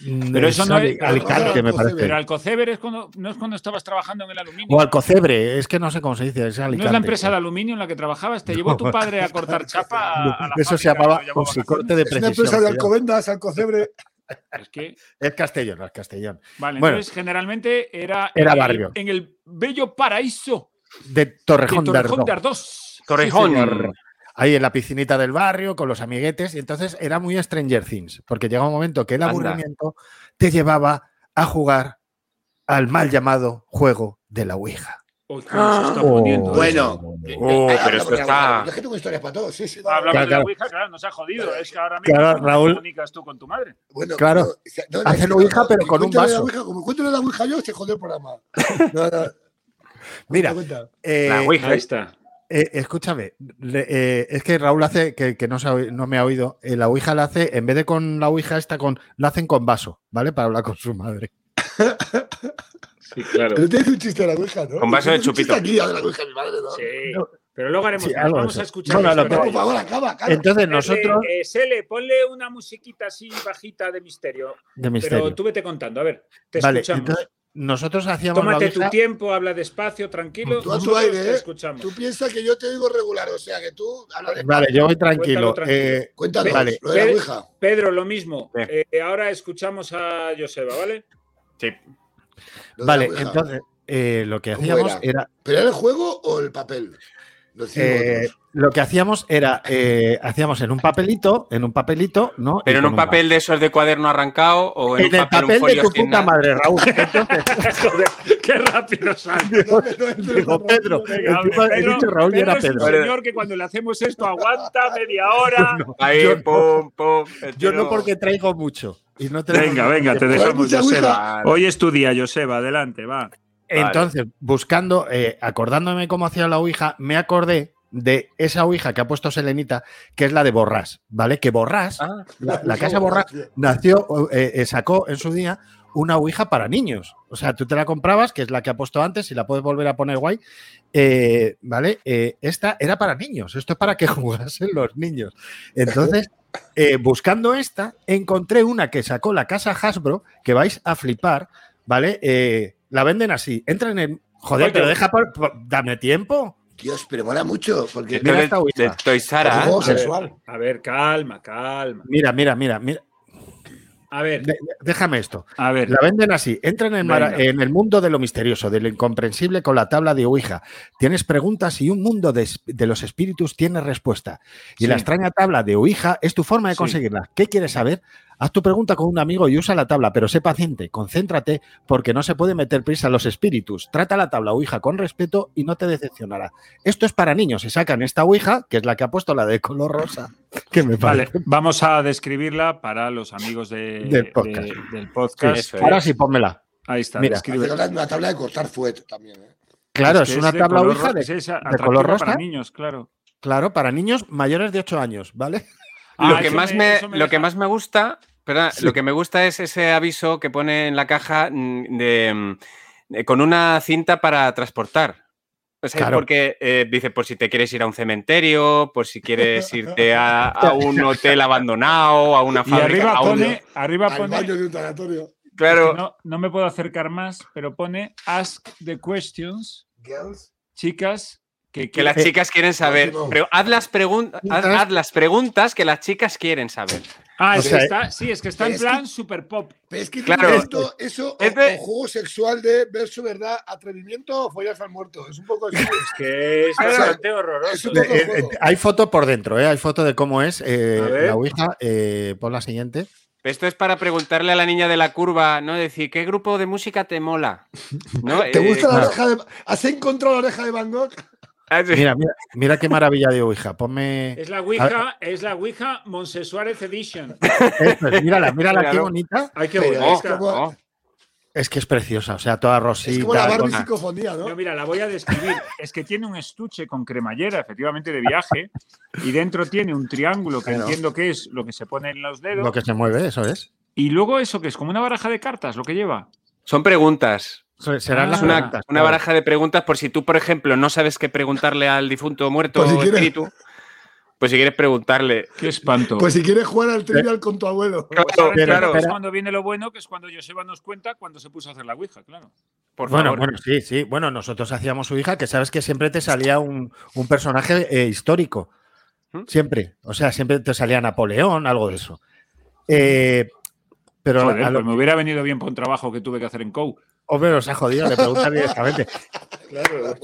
Mm,
Pero eso no es-
Alicante, me parece.
Pero Alcoceber es cuando, no es cuando estabas trabajando en el aluminio.
O Alcocebre, es que no sé cómo se dice, es
¿No
Alicante.
es la empresa de aluminio en la que trabajabas? ¿Te llevó tu padre a cortar chapa? a- a la
Eso se
fábrica
llamaba
cuando llevaba
corte de
Es una empresa
precisión.
de Alcobendas, Alcocebre.
vacaciones? Es que-
Es Castellón, es Castellón.
vale,
Bueno.
entonces generalmente era,
Era
en el-
barrio.
En el bello paraíso
De
de
Torrejón, de
Torrejón de
Ardoz.
Ardós.
Torrejón.
señor. Ahí en la piscinita del barrio, con los amiguetes. Y entonces era muy Stranger Things, porque llegaba un momento que el
Anda.
aburrimiento te llevaba a jugar al mal llamado juego de la Ouija.
Uy, ¿cómo se está
Oh.
poniendo eh? eso?
Bueno.
Oh,
Ah,
pero esto está.
Yo es que tengo historias para todos. Sí, sí,
Ah, Hablamos de
vale.
Claro,
la
claro.
Ouija, claro, nos ha jodido. Es que ahora mismo
Claro,
¿cómo te
Raúl.
comunicas tú con tu madre.
Bueno,
Claro.
pero- o sea, no, no,
Hacen
es que
ouija,
no,
pero
si
con un
cuento lo de la
vaso.
ouija, como cuento lo de la Ouija yo, se jodió el programa. No, no,
Mira,
cuenta.
eh,
La Ouija.
Ahí está.
eh, escúchame, le- eh, es que Raúl hace, que, que no, se ha oi- no me ha oído, eh, la Ouija la hace, en vez de con la Ouija esta, con, la hacen con vaso, ¿vale? Para hablar con su madre.
Sí, claro.
Pero te hice un chiste de la Ouija, ¿no?
Con vaso de chupito.
Un chiste aquí de la Ouija, mi madre, ¿no?
Sí. Pero luego haremos
Sí,
más.
algo de
Vamos
eso.
a escuchar.
No, no,
la
no,
historia.
Pero,
pero-
por favor, acaba, acaba.
Entonces nosotros...
Ponle, eh, Sele, ponle una musiquita así bajita de misterio.
De misterio.
Pero tú vete contando, a ver. Te
Vale,
escuchamos.
entonces, nosotros hacíamos la
Tómate
Ouija-
tu tiempo, habla despacio, tranquilo.
Tú a tu
nosotros
aire,
te
¿eh?
escuchamos.
Tú piensas que yo te digo regular, o sea, que tú... habla de-
Vale, yo voy
Cuéntalo
tranquilo.
tranquilo.
Eh,
Cuéntanos,
Vale.
lo de la Ouija.
Pedro, lo mismo.
Sí.
Eh, ahora escuchamos a Joseba, ¿vale?
Sí.
lo de la
vale,
Ouija.
entonces eh, lo que
¿Cómo
hacíamos era,
¿Pero era el juego o el papel? Los cinco
eh,
otros.
lo que hacíamos era eh, hacíamos en un papelito, en un papelito, ¿no?
Pero
Y
en
con
un papel de esos de cuaderno arrancado o en,
en
un
el
papel, un
papel de
folio
tu
sin
puta
nada.
madre, Raúl. Entonces,
Joder, qué rápido sale.
No, no, no, no,
digo,
no, no,
Pedro,
Venga,
encima
hombre,
he dicho Raúl y
Pedro
era
es un
Pedro.
señor que cuando le hacemos esto aguanta media hora.
Ahí,
Yo no.
pum, pum.
Yo no porque traigo mucho. Y no traigo
Venga,
mucho
venga, te
tiempo.
dejamos,
dejamos,
mucha Joseba.
Joseba.
ouija.
Hoy es tu día, Joseba. Adelante, va.
Entonces, buscando, eh, acordándome cómo hacía la Ouija, me acordé de esa Ouija que ha puesto Selenita, que es la de Borrás, ¿vale? Que Borrás,
Ah.
la, la
no,
casa
no,
Borrás,
tío.
nació, eh, eh, sacó en su día una Ouija para niños. O sea, tú te la comprabas, que es la que ha puesto antes, y la puedes volver a poner guay. eh, ¿Vale? Eh, esta era para niños. Esto es para que jugasen los niños. Entonces, eh, buscando esta, encontré una que sacó la casa Hasbro, que vais a flipar, ¿vale? Eh, la venden así. Entra en el. Joder,
Oye.
pero deja. por- por- dame tiempo.
Dios, pero mola mucho, porque...
Mira esta
De,
ouija.
de Toys R Us,
Es un juego
¿eh?
sexual.
A ver, calma, calma.
Mira, mira, mira, mira.
A ver,
De- déjame esto.
a ver.
La venden así. Entra en el, mara-
Venga.
en el mundo de lo misterioso, de lo incomprensible con la tabla de Ouija. Tienes preguntas y un mundo de, es- de los espíritus tiene respuesta. Y
Sí.
la extraña tabla de Ouija es tu forma de
Sí.
conseguirla. ¿Qué quieres saber? Haz tu pregunta con un amigo y usa la tabla, pero sé paciente, concéntrate, porque no se puede meter prisa a los espíritus. Trata la tabla Ouija con respeto y no te decepcionará. Esto es para niños. Se sacan esta Ouija, que es la que ha puesto la de color rosa, que me
Vale,
parece.
vamos a describirla para los amigos de-
Del podcast.
de- del podcast.
Eso es.
Ahora sí, pónmela.
Ahí está,
Mira.
Hace
describe.
una tabla de cortar fuet también, ¿eh?
Claro,
que
es, una
de
tabla
color
Ouija
ro-
de
es esa,
color
atractiva para
rosa.
niños, claro.
Claro, para niños mayores de 8 años, ¿vale?
Ah,
Lo que
eso
más
me-
me,
eso me
lo que
deja.
más me gusta, perdona,
Sí.
lo que me gusta es ese aviso que pone en la caja mm, de, mm, eh, con una cinta para transportar. O sea,
Claro.
Porque eh, dice, por si te quieres ir a un cementerio, por si quieres irte a, a un hotel abandonado, a una
Y
fábrica.
arriba
a un-
pone, arriba
Al
pone,
baño de un tanatorio.
claro,
no, no me puedo acercar más, pero pone ask the questions,
Girls.
chicas, que, eh,
que las
quieran-
chicas quieren saber.
no.
Pero haz las, pregun- haz- haz las preguntas que las chicas quieren saber.
Ah,
o
es que
sea,
está, sí, es que está en
es
plan super pop.
Pero es que
Claro.
tiene esto, eso, o,
Es de-
o juego sexual de verso, verdad, atrevimiento o follarse al muerto. Es un poco así.
Es que es un
Ah,
planteo horroroso.
eso no-
Eh, eh, hay foto por dentro, ¿eh? hay foto de cómo es eh,
A ver.
la Ouija. Eh, pon la siguiente.
Esto es para preguntarle a la niña de la curva, ¿no? Decir, ¿qué grupo de música te mola? ¿No?
¿Te
Eh,
gusta la
claro.
oreja de... ¿Has encontrado la oreja de Van Gogh?
Ah, sí.
Mira, mira, mira qué maravilla de Ouija. Ponme.
Es la Ouija, es la Ouija Monse Suárez Edition.
Esto es, mírala, mírala, qué
Míralo.
bonita.
Hay que
Pero
volver.
Oh,
es como-
oh.
Es que es preciosa, o sea, toda
es como la
rosita.
Barbie
con-
psicofonía, ¿no?
Yo, mira, la voy a describir. Es que tiene un estuche con cremallera, efectivamente, de viaje, y dentro tiene un triángulo que
Claro.
entiendo que es lo que se pone en los dedos,
Lo que se mueve, eso es.
y luego eso que es como una baraja de cartas, lo que lleva.
Son preguntas.
So- Serán
Ah,
las
Es una,
preguntas,
una
claro.
baraja de preguntas por si tú, por ejemplo, no sabes qué preguntarle al difunto muerto
Por si
o
quieres.
espíritu. Pues si quieres preguntarle.
Qué espanto.
Pues si quieres jugar al
Eh.
trivial con tu abuelo.
Pues ahora
Claro, claro.
entendemos cuando viene lo bueno, que es cuando Joseba nos cuenta cuando se puso a hacer la Ouija, claro.
Por
bueno,
favor.
bueno, sí, sí. Bueno, nosotros hacíamos su hija, que sabes que siempre te salía un, un personaje eh, histórico.
¿Mm?
Siempre. O sea, siempre te salía Napoleón, algo de eso. Eh, pero
Joder,
a lo-
pues me hubiera venido bien por un trabajo que tuve que hacer en COU.
hombre, nos ha jodido, le preguntan directamente.
Claro.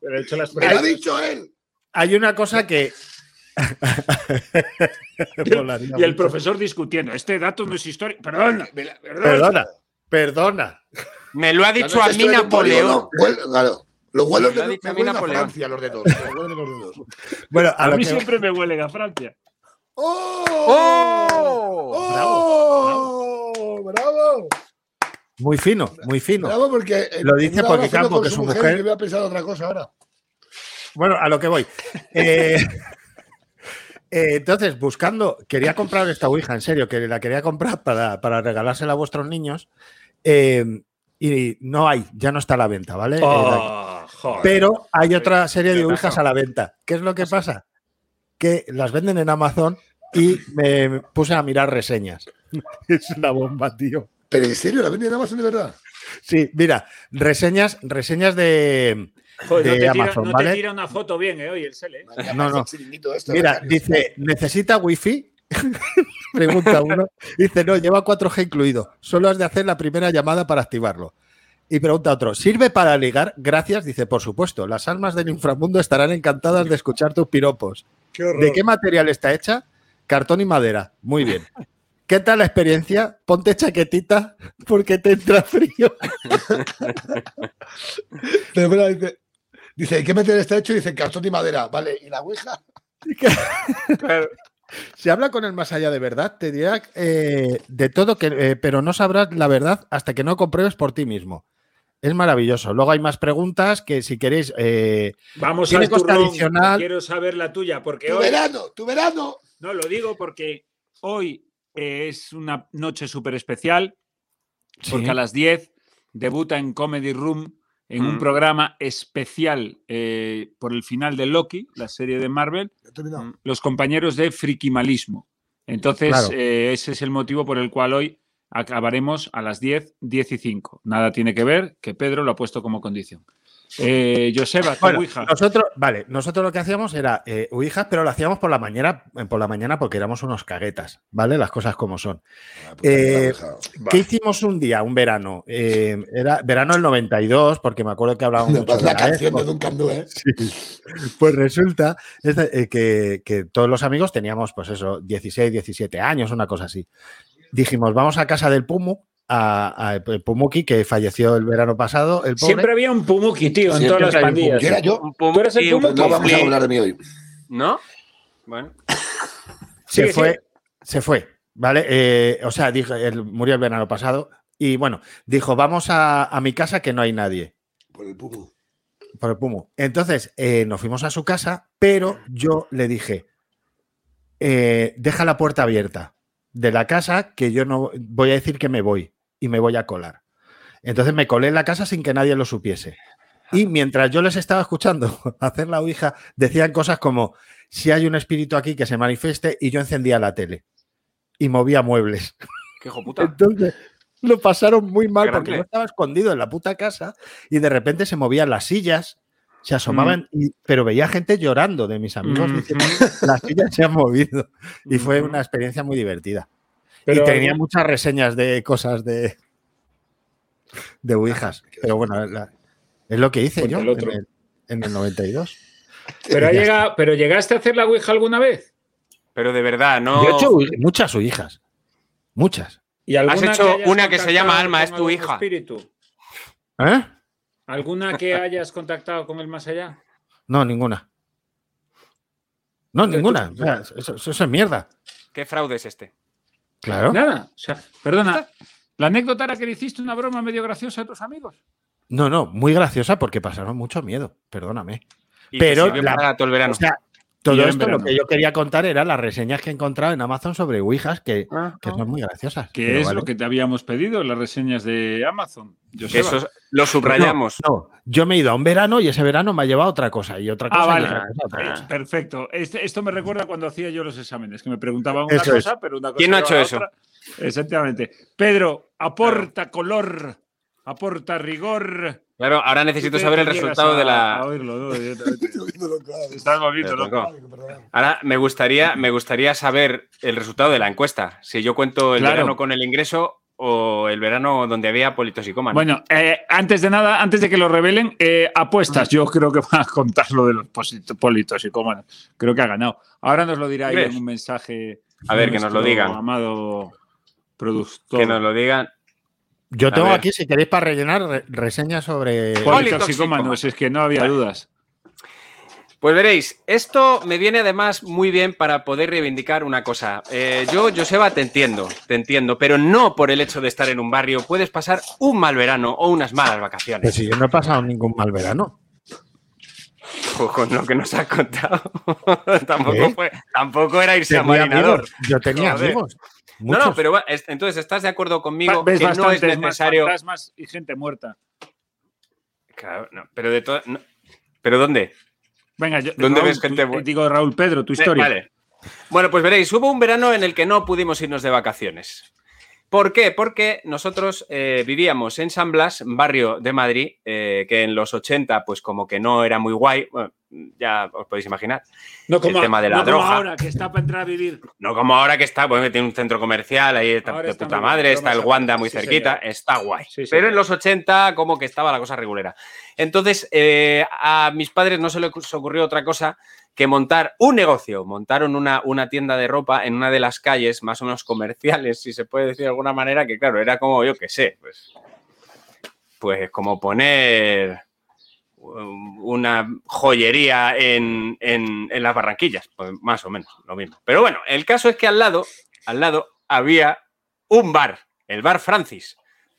Pero he hecho las
¡Me lo ha dicho él!
Hay una cosa que. Molaría
Y el
mucho.
profesor discutiendo, este dato no es histórico. Perdona,
Me la- me la-
Perdona, perdona.
Me lo ha
La
dicho
noche
a mí
suena un
Napoleón.
polígono. Huele- claro. Los huelos
Me
de
ha dicho a
me
mí
huelen a
Napoleón.
Francia, los dedos. Los huelos de los dedos.
Bueno, a,
a
lo
mí
que-
siempre me huelen a Francia.
¡Oh!
¡Oh!
¡Oh! ¡Bravo! ¡Bravo!
muy fino, muy fino.
porque. eh,
Lo dice
una hora
porque
hablando
Campo,
con
que es un mujer.
y Yo había pensado otra cosa ahora.
Bueno, a lo que voy. Eh, eh, entonces, buscando, quería comprar esta Ouija, en serio, que la quería comprar para, para regalársela a vuestros niños. eh, y no hay, ya no está a la venta, ¿vale? Eh,
Oh.
la- pero hay otra serie de Ouijas a la venta. ¿Qué es lo que pasa? Que las venden en Amazon y me puse a mirar reseñas. Es una bomba, tío.
Pero en serio, la venden en Amazon de verdad.
Sí, mira, reseñas, reseñas de.
Joder, no
de
te, tira,
Amazon,
no te
¿vale?
tira una foto bien, ¿eh? Oye, el Sele. ¿eh?
No, no.
Es chiringuito este, esto,
Mira,
becario.
dice, ¿necesita wifi? Pregunta uno. Dice, no, lleva 4G incluido. Solo has de hacer la primera llamada para activarlo. Y pregunta otro, ¿sirve para ligar? Gracias, dice, por supuesto. Las almas del inframundo estarán encantadas de escuchar tus piropos.
Qué horror.
¿De qué material está hecha? Cartón y madera. Muy bien. ¿Qué tal la experiencia? Ponte chaquetita porque te entra frío.
De verdad, dice, dice, ¿y ¿qué meter está hecho? Dice, cartón y madera. Vale, ¿y la ouija?
Si habla con el más allá de verdad, te dirá eh, de todo, que, eh, pero no sabrás la verdad hasta que no compruebes por ti mismo. Es maravilloso. Luego hay más preguntas que si queréis. eh,
Vamos
Tiene
al
costa
turrón,
adicional.
quiero saber la tuya, porque
¡Tu
Eh, hoy,
verano! ¡Tu verano!
no lo digo porque hoy eh, es una noche súper especial, porque a las 10 debuta en Comedy Room en un
Mm.
programa especial eh, por el final de Loki, la serie de Marvel, Mm.
Ya he terminado.
los compañeros de friquimalismo. Entonces,
Claro.
eh, ese es el motivo por el cual hoy acabaremos a las 10, 10 y 5. Nada tiene que ver, que Pedro lo ha puesto como condición. Eh, Joseba, tu
Bueno,
Ouija.
Nosotros, vale, nosotros lo que hacíamos era eh, ouijas, pero lo hacíamos por la mañana, eh, por la mañana porque éramos unos caguetas, ¿vale? Las cosas como son.
Ah, pues,
Eh,
la ouija.
¿Qué hicimos un día, un verano? Eh, era verano del 92, porque me acuerdo que hablábamos
Me
mucho de
pasa pues la
la
canción
Expo.
de Duncan Du, ¿eh?
Sí. Pues resulta es de- eh, que, que todos los amigos teníamos, pues eso, 16, 17 años, una cosa así. Dijimos, vamos a casa del Pumu, a, a el Pumuki, que falleció el verano pasado, el pobre.
Siempre había un Pumuki, tío, en
Siempre
todas las
había un
pandillas.
Yo era yo.
Un pum-
¿Tú eres el
y un
pum-
No vamos a
pum-
hablar de mí hoy.
¿No? Bueno,
se
Sigue,
fue,
sigue.
se fue, ¿vale? Eh, o sea, dijo- él murió el verano pasado y bueno, dijo, vamos a, a mi casa que no hay nadie.
Por el pumo.
Por el Pumu. Entonces, eh, nos fuimos a su casa, pero yo le dije, eh, deja la puerta abierta de la casa que yo no voy a decir que me voy y me voy a colar. Entonces me colé en la casa sin que nadie lo supiese. Y mientras yo les estaba escuchando hacer la ouija, decían cosas como, si hay un espíritu aquí que se manifieste, y yo encendía la tele y movía muebles.
qué hijo puta.
Entonces lo pasaron muy mal
Grande.
porque yo estaba escondido en la puta casa y de repente se movían las sillas, se asomaban, y- pero veía gente llorando de mis amigos
Mm,
diciendo, las sillas se han movido. Y fue
mm.
una experiencia muy divertida.
Pero-
y tenía muchas reseñas de cosas de
Ah,
de Ouijas. Pero bueno, la- es lo que hice
Ponte
yo
el otro.
en el, en el 92.
pero, ha
Ya
llegado- pero llegaste a hacer la Ouija alguna vez.
Pero de verdad, no.
Yo he hecho ouij- muchas Ouijas. Muchas.
¿Y alguna
hecho
hayas
una que se llama
contactado
Alma,
con
es tu
algún
hija.
espíritu?
¿Eh?
¿Alguna que hayas contactado con el más allá?
No, ninguna. No,
Pero tú-
ninguna. O sea, eso, eso- eso es mierda.
¿Qué fraude es este?
Claro.
Nada. O sea, perdona, la anécdota era que le hiciste una broma medio graciosa a tus amigos.
No, no, muy graciosa porque pasaron mucho miedo. Perdóname.
Y te
Pero
sirvió
la-
para todo el verano.
O sea,
Y
Todo
en
esto lo
verano.
que yo quería contar era las reseñas que he encontrado en Amazon sobre Ouijas, que, que
Ajá.
son muy graciosas.
Ah. que
pero
es
vale.
lo que te habíamos pedido, las reseñas de Amazon. Joseba.
Eso es- lo subrayamos.
No, yo me he ido a un verano y ese verano me ha llevado a otra cosa y otra
Ah,
cosa. y
vale.
otra cosa, y otra cosa.
Perfecto. Este- esto me recuerda cuando hacía yo los exámenes, que me preguntaban una
Eso es.
cosa, pero una cosa.
¿Quién no ha
llevaba
hecho
a la otra. Exactamente. Pedro, aporta color, aporta rigor.
Claro, ahora necesito
Tú te-
saber el
te llegas
resultado
a-
de
a
la.
oírlo, ¿no? Directamente.
Estoy viéndolo, claro.
Estás volviendo,
Pero,
¿no?
Paco,
Eh,
Perdón.
Ahora me gustaría, me gustaría saber el resultado de la encuesta. Si yo cuento el
Claro.
verano con el ingreso o el verano donde había politoxicómanos.
Bueno, eh, antes de nada, antes de que lo revelen, eh, apuestas. Yo creo que va a contar lo de los posit- politos y cómanos. Creo que ha ganado. Ahora nos lo dirá ahí
¿Crees?
en un mensaje.
A ver, que nos lo
nuestro
digan.
Amado productor.
que nos lo digan.
Yo
A
tengo
ver.
aquí, si queréis, para rellenar re- reseñas sobre.
Politoxicómanos, es que no había dudas.
Pues veréis, esto me viene además muy bien para poder reivindicar una cosa. Eh, yo, Joseba, te entiendo, te entiendo, pero no por el hecho de estar en un barrio puedes pasar un mal verano o unas malas
Pues
vacaciones.
si yo no he pasado ningún mal verano.
Ojo, Con lo que nos has contado, tampoco,
¿Eh?
fue- tampoco era irse a
Tenía
marinador.
amigos, Yo tenía
Joder.
amigos.
No,
Muchos.
no, pero va- es- entonces estás de acuerdo conmigo
Ves
que no es
bastantes más
necesario.
fantasmas y gente muerta.
Claro, no, pero de todas. no. ¿Pero dónde?
Venga, yo,
¿Dónde
Raúl,
ves gente
tú-
muerta?
Digo, Raúl, Pedro, tu historia.
Eh, vale. Bueno, pues veréis, hubo un verano en el que no pudimos irnos de vacaciones. ¿Por qué? Porque nosotros eh, vivíamos en San Blas, barrio de Madrid, eh, que en los 80, pues como que no era muy guay, bueno, ya os podéis imaginar.
No
como- tema de la no como droga.
ahora, que está para entrar a vivir.
No como ahora que está, bueno, que tiene un centro comercial ahí está
Ahora
de
está
puta
muy guay,
madre,
pero
está
más
el
atrás,
Wanda muy
sí,
cerquita,
señor.
está guay.
Sí, señor.
Pero en los 80 como que estaba la cosa regulera. Entonces, eh, a mis padres no se les ocurrió otra cosa que montar un negocio. Montaron una, una tienda de ropa en una de las calles, más o menos comerciales, si se puede decir de alguna manera, que claro, era como, yo qué sé, pues, pues como poner um, una joyería en, en- en las barranquillas, pues más o menos lo mismo. Pero bueno, el caso es que al lado, al lado había un bar, el bar Francis,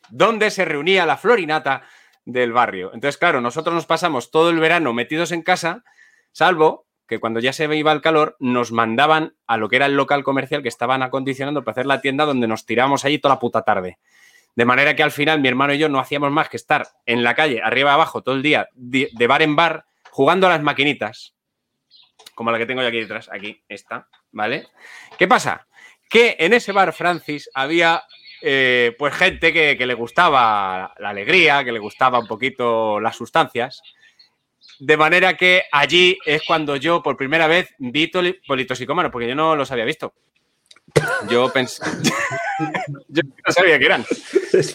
donde se reunía la florinata del barrio. Entonces, claro, nosotros nos pasamos todo el verano metidos en casa, salvo que cuando ya se iba el calor, nos mandaban a lo que era el local comercial que estaban acondicionando para hacer la tienda donde nos tiramos allí toda la puta tarde. De manera que al final mi hermano y yo no hacíamos más que estar en la calle, arriba abajo, todo el día, di- de bar en bar, jugando a las maquinitas, como la que tengo yo aquí detrás, aquí, esta, ¿vale? ¿Qué pasa? Que en ese bar Francis había eh, pues gente que, que le gustaba la alegría, que le gustaba un poquito las sustancias. De manera que allí es cuando yo por primera vez vi toli- politoxicómanos, porque yo no los había visto. Yo pensé. yo no sabía que eran.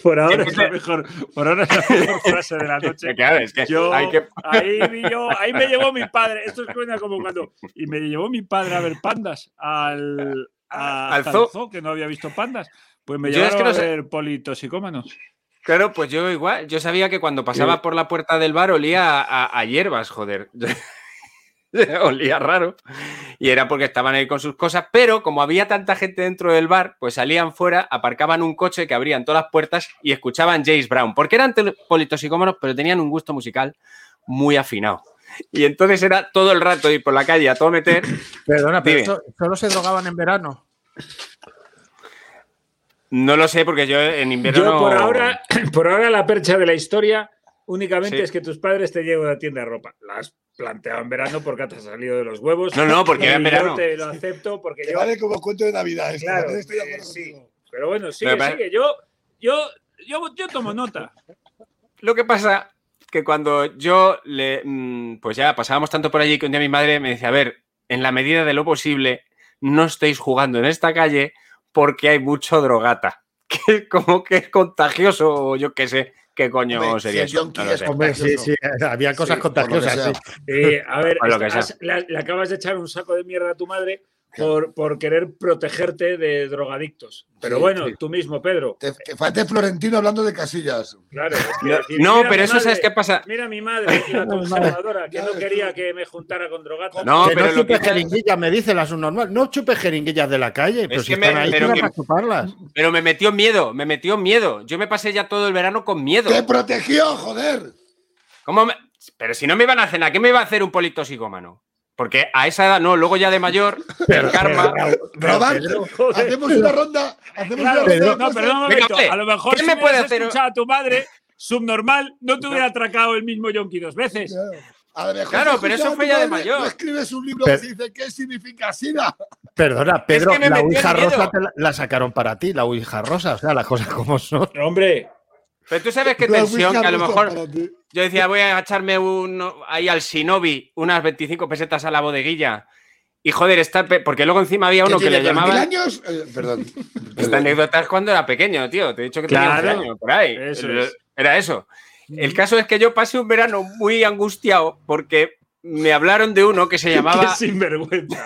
Por ahora
Siempre-
es la mejor, por ahora es la mejor frase de la noche.
Claro, es que
Yo,
hay que-
ahí vi yo, ahí me llevó mi padre. Esto es cuenta como cuando. Y me llevó mi padre a ver pandas al, a-
Al zoo.
que no había visto pandas. Pues me
Yo es
llevaron
que no
a
sé.
ver politoxicómanos.
Claro, pues yo igual, yo sabía que cuando pasaba por la puerta del bar olía a, a hierbas, joder. olía raro. Y era porque estaban ahí con sus cosas, pero como había tanta gente dentro del bar, pues salían fuera, aparcaban un coche que abrían todas las puertas y escuchaban James Brown, porque eran tel- politoxicómanos, pero tenían un gusto musical muy afinado. Y entonces era todo el rato ir por la calle a todo meter.
Perdona, pero
Dime.
eso- solo se drogaban en verano.
No lo sé, porque yo en invierno.
Yo por
no-
ahora, por ahora la percha de la historia únicamente
Sí.
es que tus padres te llevan a la tienda de ropa. La has planteado en verano porque te has salido de los huevos.
No, no, porque era en
Y
verano.
Yo te lo acepto porque
Que
yo
vale como cuento de Navidad. esto,
Claro,
¿vale? Estoy de acuerdo
eh, sí.
contigo.
Pero bueno, sigue,
Pero para-
sigue. Yo, yo, yo, yo tomo nota.
Lo que pasa que cuando yo le. mm, Pues ya pasábamos tanto por allí que un día mi madre me dice: A ver, en la medida de lo posible, no estéis jugando en esta calle porque hay mucho drogata. Que es como que es contagioso, o yo qué sé, qué coño
Hombre, si
sería
el
eso.
yonki
no lo
es
sé.
como- Hombre, sí, sí,
había
Sí, por lo que sea.
Eh, a ver,
Con Pues lo que
estás- la- le acabas de echar un saco de mierda a tu madre por, por querer protegerte de drogadictos. Pero
Sí,
bueno,
sí.
tú mismo, Pedro.
Te, te falté Florentino hablando de casillas.
Claro. es que
No,
decir,
no,
mira
pero
mi
eso,
madre,
¿sabes qué pasa?
Mira mi madre, la conservadora, que no quería que me juntara con drogatas.
No,
que
pero
no
lo que
chupes jeringuillas, me dice la subnormal. No chupes jeringuillas de la calle, pero
Es
si
que me-
están ahí
pero
era
que-
para chuparlas.
Pero me metió miedo, me metió miedo. Yo me pasé ya todo el verano con miedo.
¡Te protegió, joder!
¿Cómo me- Pero si no me iban a cenar, ¿qué me iba a hacer un politoxicómano? Porque a esa edad no, luego ya de mayor, el karma.
Robar, hacemos una ronda. Hacemos
Claro,
una ronda. de
no,
cosas.
perdón un momento.
Venga, hombre,
A lo mejor
¿qué
si
me
me
puede
puede
hacer-
escuchado a tu madre, subnormal, no te hubiera atracado el mismo Yonki dos veces.
Claro. A lo mejor
Claro,
si
pero eso
escuchas a
fue
tu
ya de
madre,
mayor.
No escribes un libro
Pero-
que dice qué significa SIDA.
Perdona,
Pedro,
Pedro,
que me
la
metió
Ouija
miedo.
rosa te la, la sacaron para ti, la Ouija rosa, o sea, las cosas como son.
Pero, hombre,
Pero tú sabes qué
Lo
tensión, que a lo
buscamos
mejor
para ti.
yo decía, voy a echarme uno- ahí al Shinobi unas 25 pesetas a la bodeguilla. Y joder, está pe- porque luego encima había uno
¿Qué
que
tiene,
le
2000
llamaba.
años? Eh, perdón.
Esta anécdota es cuando era pequeño, tío. Te he dicho que tenía
Claro.
11 años por ahí.
Eso
El-
es. Mm.
Era eso. El caso es que yo pasé un verano muy angustiado porque me hablaron de uno que se
qué
llamaba.
sinvergüenza.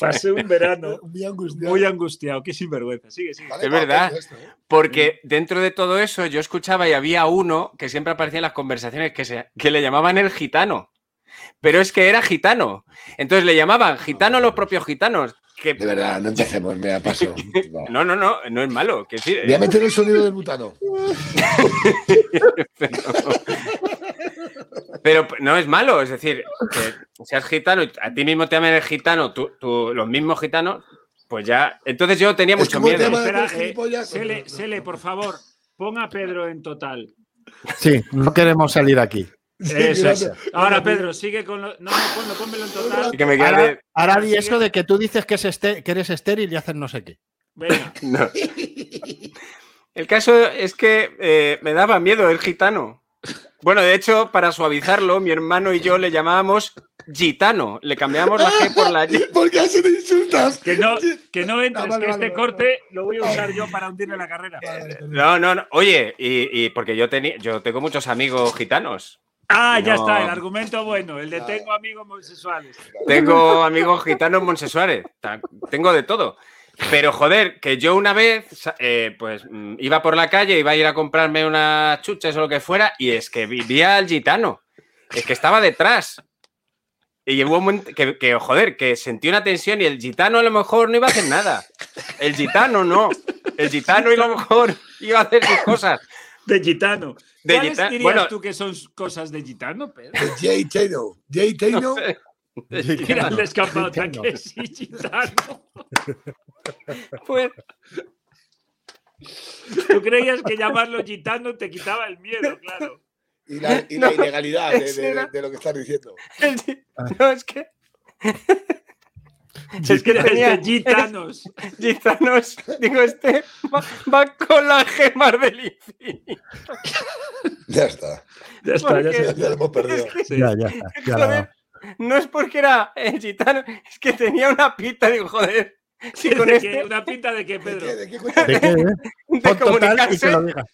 Pasé un verano
Muy angustiado.
muy angustiado, qué sinvergüenza. Sigue, sigue.
Vale,
Es
va,
verdad.
coño, esto, ¿eh?
Porque dentro de todo eso yo escuchaba y había uno que siempre aparecía en las conversaciones que, se- que le llamaban el gitano. Pero es que era gitano. Entonces le llamaban gitano a los propios gitanos. Que,
De verdad, no empecemos, me da paso. No.
no, no, no, no es malo. Que sí,
Voy a meter el sonido del butano.
pero no es malo. Es decir, que seas gitano y a ti mismo te llaman el gitano, tú, tú- los mismos gitanos, pues ya. Entonces yo tenía
Es
mucho
como el
miedo.
tema de
Espera,
hacer
eh,
gilipollas.
Sele, Sele, por favor, pon a Pedro en total.
Sí, no queremos salir aquí.
Eso, eso.
mirando.
Ahora, Pedro, sigue con lo. No, no, ponlo, pónmelo en total.
Y que me quedé-
Ahora, ahora di
sigue.
eso de que tú dices que, es este- que eres estéril y haces no sé qué.
Venga.
No. El caso es que eh, me daba miedo el gitano. Bueno, de hecho, para suavizarlo, mi hermano y yo le llamábamos gitano. Le cambiamos la G por la Y.
¿Por qué así te insultas?
Que no, que no entres,
Ah, vale,
que
vale,
este
vale.
corte lo voy a usar yo para hundirle la carrera.
No, no, no. Oye, y, y porque yo, tenía, yo tengo muchos amigos gitanos.
Ah, ya
No.
está, el argumento bueno, el de tengo amigos homosexuales.
Tengo amigos gitanos monsesuares. Ta- Tengo de todo. Pero joder, que yo una vez sa- eh, pues mm, iba por la calle, iba a ir a comprarme unas chuches o lo que fuera, y es que vivía al gitano. Es que estaba detrás. Y hubo un momento que, que, joder, que sentí una tensión y el gitano a lo mejor no iba a hacer nada. El gitano no. El gitano a lo mejor iba a hacer sus cosas.
De gitano.
De
¿Cuáles
gita-
dirías
bueno.
tú que son cosas de gitano, Pedro?
Jay Taylor. Jay Taylor.
Mira el escapado
Gitano.
que sí, gitano.
Pues,
Tú creías que llamarlo gitano te quitaba el miedo, claro.
Y la, y la
No,
ilegalidad de,
ese
de-
era-
de lo que estás diciendo.
el gi- no, es que
Es que eres
Tenía-
de gitanos.
Gitanos, digo, este va, va con las gemas del infinito.
Ya está.
Ya está, ya
Porque-
está.
Ya lo hemos perdido.
Sí.
Ya, ya está. ya la-
Joder, no es porque era el gitano, es que tenía una pita, digo, joder, si con
De que-
este
una pinta de que
¿De
Pedro.
qué, de qué cuesta?
¿De qué, eh?
de
Pon total y que lo
comunicarse,
digas.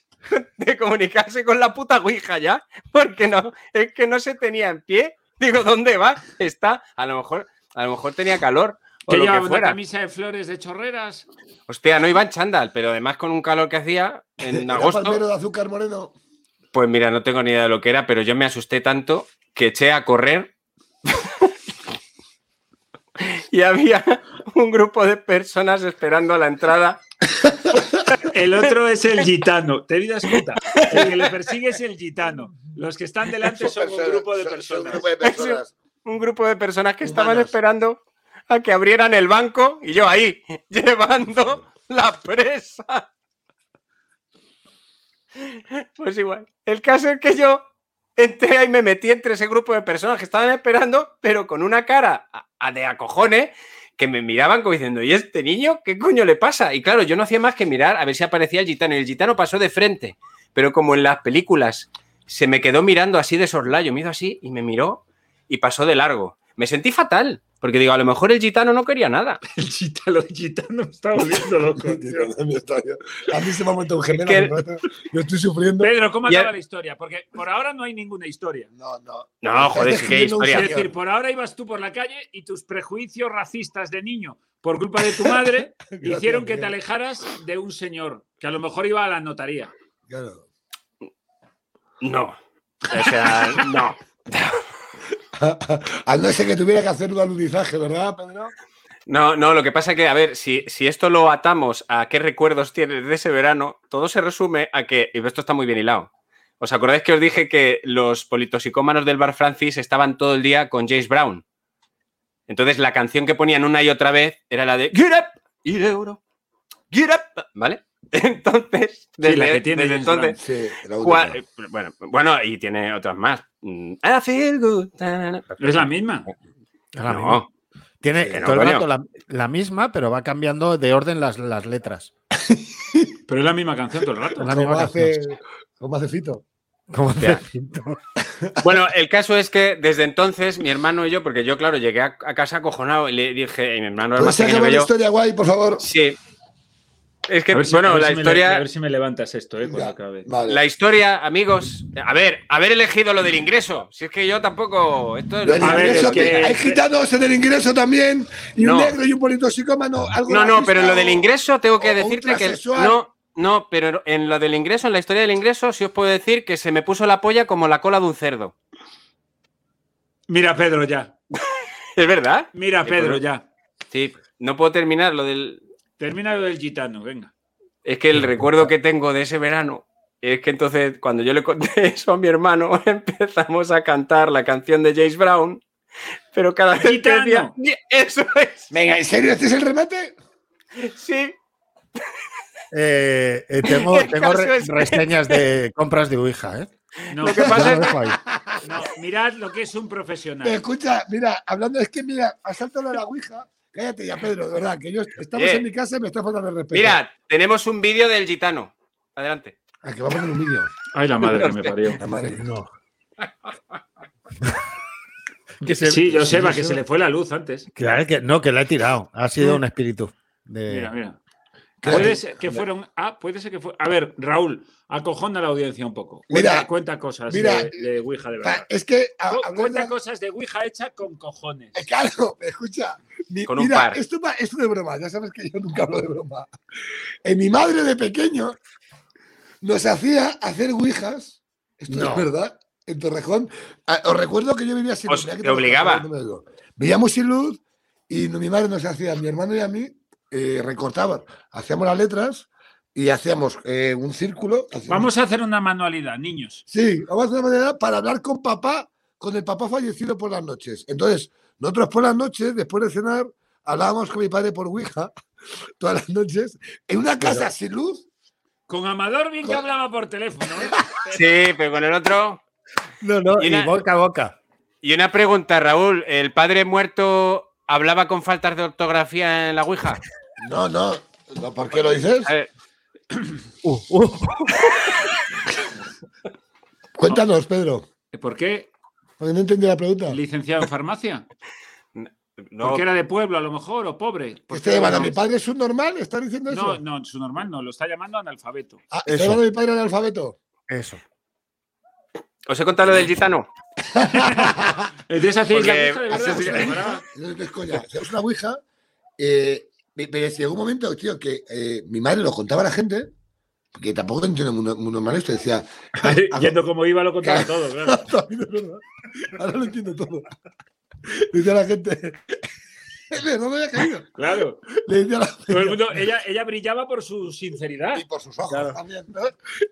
de comunicarse con la puta Ouija ya, porque no, es que no se tenía en pie. Digo, ¿dónde va? Está, a lo mejor, a lo mejor tenía calor. O
Que
lo que
llevaba una
fuera.
camisa de flores de chorreras.
Hostia, no iba en chándal, pero además con un calor que hacía en
¿Era
agosto.
palmero de azúcar moreno?
Pues mira, no tengo ni idea de lo que era, pero yo me asusté tanto que eché a correr. y había un grupo de personas esperando a la entrada.
El otro es el gitano. Te das cuenta. El que le persigue es el gitano. Los que están delante son un
personas,
grupo de
son- son un
personas.
grupo de personas.
Un grupo de personas que estaban
Humanos.
esperando a que abrieran el banco y yo ahí, llevando la presa. Pues igual. El caso es que yo entré y me metí entre ese grupo de personas que estaban esperando, pero con una cara a- a de acojones que me miraban como diciendo, ¿y este niño qué coño le pasa? Y claro, yo no hacía más que mirar a ver si aparecía el gitano. Y el gitano pasó de frente, pero como en las películas, se me quedó mirando así de soslayo, me hizo así y me miró y pasó de largo. Me sentí fatal, porque digo, a lo mejor el gitano no quería nada.
El gitano, el gitano me está volviendo loco. tío.
A mí se me ha montado un gemelo.
Que-
¿no? Yo estoy sufriendo.
Pedro, ¿cómo
Y
acaba
a-
la historia? Porque por ahora no hay ninguna historia.
No, no.
No, joder, sí, qué
Escribiendo un
historia.
Es decir, por ahora ibas tú por la calle y tus prejuicios racistas de niño, por culpa de tu madre,
Gracias,
hicieron que te
Miguel.
alejaras de un señor que a lo mejor iba a la notaría.
Claro.
No. O sea, no.
A no ser que tuviera que hacer un alunizaje, ¿verdad, Pedro?
No, no, lo que pasa que, a ver, si, si esto lo atamos a qué recuerdos tienes de ese verano, todo se resume a que, y esto está muy bien hilado, ¿Os acordáis que os dije que los politoxicómanos del Bar Francis estaban todo el día con James Brown? Entonces la canción que ponían una y otra vez era la de Get up, ir euro, get up, ¿vale? Entonces, desde,
la que tiene
desde
James
entonces,
Sí, la
Cual-
última.
eh, bueno, bueno, y tiene otras más. Mm, I feel good. ta, na, na.
¿No es la misma?
Ahora
No,
mismo. Tiene
que no,
todo el
coño.
rato la, la misma, pero va cambiando de orden las, las letras.
Pero es la misma canción todo el rato.
Es la
¿Cómo
misma
hace,
canción.
¿Cómo hace Fito?
Como
sea.
hace Pinto.
Bueno, el caso es que desde entonces mi hermano y yo, porque yo, claro, llegué a, a casa acojonado y le dije, y mi hermano era más
¿Puedes
pequeño
acabar
que
la
yo.
Pues, historia guay, por favor?
Sí. Es que,
A ver si- a
bueno,
ver
la
si me le-
historia.
a ver si me levantas esto, eh, cuando
Ya,
acabe.
Vale.
La historia, amigos. A ver, haber elegido lo del ingreso. Si es que yo tampoco. Esto
Del
es.
A ver,
ingreso,
es que-
Hay gitanos en el ingreso también, y
No.
un negro y un politoxicómano. algo
No, no,
racista
pero en lo del
o-
ingreso tengo
o
que
un
decirte que.
transexual.
No, no, pero en lo del ingreso, en la historia del ingreso, sí os puedo decir que se me puso la polla como la cola de un cerdo.
Mira, Pedro, ya.
¿Es verdad?
Mira,
Sí,
Pedro,
pues-
ya.
Sí, no puedo terminar lo del.
Termina lo del gitano, venga.
Es que el recuerdo que tengo de ese verano es que entonces, cuando yo le conté eso a mi hermano, empezamos a cantar la canción de James Brown, pero cada vez que decía.
Gitano.
Eso es,
Venga, ¿en serio este es el remate?
sí.
Eh, eh, tengo
El
tengo
caso
re-
es que-
reseñas de compras de Ouija. ¿eh?
No,
Lo que pasa-
Ya lo dejo ahí.
no, mirad lo que es un
Pero
profesional.
escucha, mira, hablando, es que mira, asalto de la Ouija. Cállate ya, Pedro, de verdad, que yo estamos
Oye.
en mi casa y me está faltando el respeto.
Mira, tenemos un vídeo del gitano. Adelante.
A Ah, que va a poner un vídeo.
Ay, la madre que me parió.
La madre que no.
Que se-
Sí, Joseba, que
Joseba.
se le fue la luz antes.
Claro que no, que la he tirado. Ha sido un espíritu. de-
Eh,
Mira, mira.
Qué
Puede
bonito.
ser que fueron. Ah, puede ser que fue. A ver, Raúl, acojona a la audiencia un poco. Cuenta,
Mira,
cuenta cosas
mira,
de, de Ouija de
Pa-
verdad.
Es que a-
Cu-
hablando
Cuenta
de-
cosas de Ouija hecha con cojones.
Eh, Claro, escucha. mi-
Con un
mira,
par.
Esto, va- esto de broma, ya sabes que yo nunca hablo de broma. Eh, mi madre de pequeño nos hacía hacer ouijas, esto
No.
es verdad, en Torrejón. Ah, Os recuerdo que yo vivía sin
Os-
mira
te
que tengo que
obligaba.
hablar de nuevo. Vivíamos sin luz y no- mi madre nos hacía, mi hermano y a mí, eh, recortaban, hacíamos las letras y hacíamos eh, un círculo. hacíamos-
Vamos a hacer una manualidad, niños.
Sí, vamos a hacer una manera para hablar con papá, con el papá fallecido por las noches. Entonces, nosotros por las noches, después de cenar, hablábamos con mi padre por Ouija, todas las noches, en una casa sin luz.
Con Amador bien que
Co-
hablaba por teléfono. ¿eh?
Sí, pero con el otro.
No, no,
Y
y
una-
boca a boca.
Y una pregunta, Raúl. ¿El padre muerto hablaba con faltas de ortografía en la Ouija?
No, no, no, ¿por qué lo dices?
A ver,
Uh, uh.
Cuéntanos, Pedro,
¿Por qué?
porque no entendí la pregunta.
¿Licenciado en farmacia?
no,
Porque era de pueblo, a lo mejor, o pobre. ¿Por
Este
qué
llamando a
no?
mi padre es un normal, ¿estás diciendo eso?
No, no, su normal no, lo está llamando analfabeto.
Ah, ¿Está
eso.
llamando a mi padre al alfabeto?
Eso.
¿Os he contado lo del gitano?
Entonces hacéis la Ouija
Porque-
de verdad.
haces-
se preparaba.
No, no es coña, es una Ouija. eh, pero si llegó un momento, tío, que eh, mi madre lo contaba a la gente, porque tampoco entiendo muy, muy normal esto, decía, "Ah, hago-
Yendo como iba, lo contaba todo, claro.
También es verdad. Ahora lo entiendo todo. Le Dice a la gente. No me había caído.
Claro.
Le decía a la
Todo el mundo- ella, ella brillaba por su sinceridad.
y por sus ojos también, ¿no?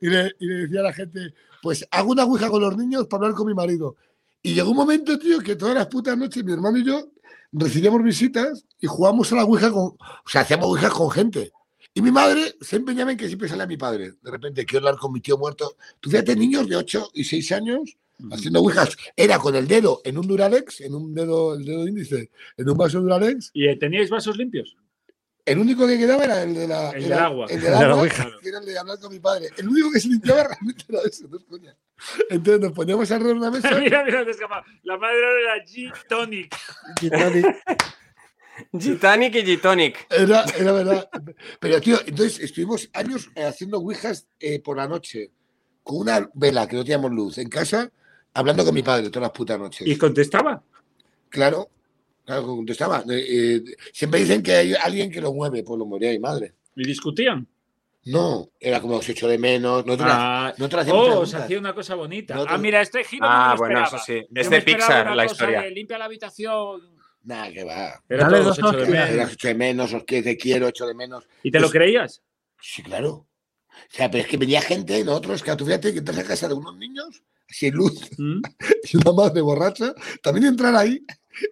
Y le, y le decía a la gente, pues hago una ouija con los niños para hablar con mi marido. Y llegó un momento, tío, que todas las putas noches mi hermano y yo recibíamos visitas y jugábamos a la ouija con, o sea, hacíamos ouijas con gente. Y mi madre se empeñaba en que siempre salía mi padre. De repente, quiero hablar con mi tío muerto. Tú fíjate, niños de 8 y 6 años haciendo ouijas. Era con el dedo en un Duralex, en un dedo, el dedo índice, en un vaso de Duralex.
¿Y eh, teníais vasos limpios?
El único que quedaba era el de la,
El del
era-
agua.
El
El
del
de la
agua,
Ouija.
que era el de hablar con mi padre. El único que se limpiaba realmente era eso, no es coña. Entonces nos poníamos alrededor de una mesa.
mira, mira, dónde escapa. La madre era la G-Tonic.
Y Tony,
Gitanic y Gitonic.
Era, era verdad. Pero, tío, entonces estuvimos años eh, haciendo ouijas eh, por la noche, con una vela que no teníamos luz en casa, hablando con mi padre todas las putas noches.
Y contestaba.
Claro, claro, que contestaba. Eh, eh, siempre dicen que hay alguien que lo mueve, pues lo movía mi madre.
Y discutían.
No, era como se echó de menos. Nosotros,
Ah,
nosotros hacíamos
oh,
preguntas.
se hacía una cosa bonita.
No te-
Ah, mira, este giro no me
Ah,
lo
bueno, eso
esperaba.
sí.
Yo
Es
me
de
esperaba
Pixar
una
la
cosa
historia.
de limpia la habitación.
Nada, que va.
Era
Dale
todo
dos
hecho de
toques.
menos.
Eras hecho de menos, os que te quiero, hecho de menos.
¿Y te lo creías?
Sí, claro. O sea, pero es que venía gente, nosotros, que tú fíjate que entras a casa de unos niños sin luz
¿Mm?
y una madre borracha, también entrar ahí,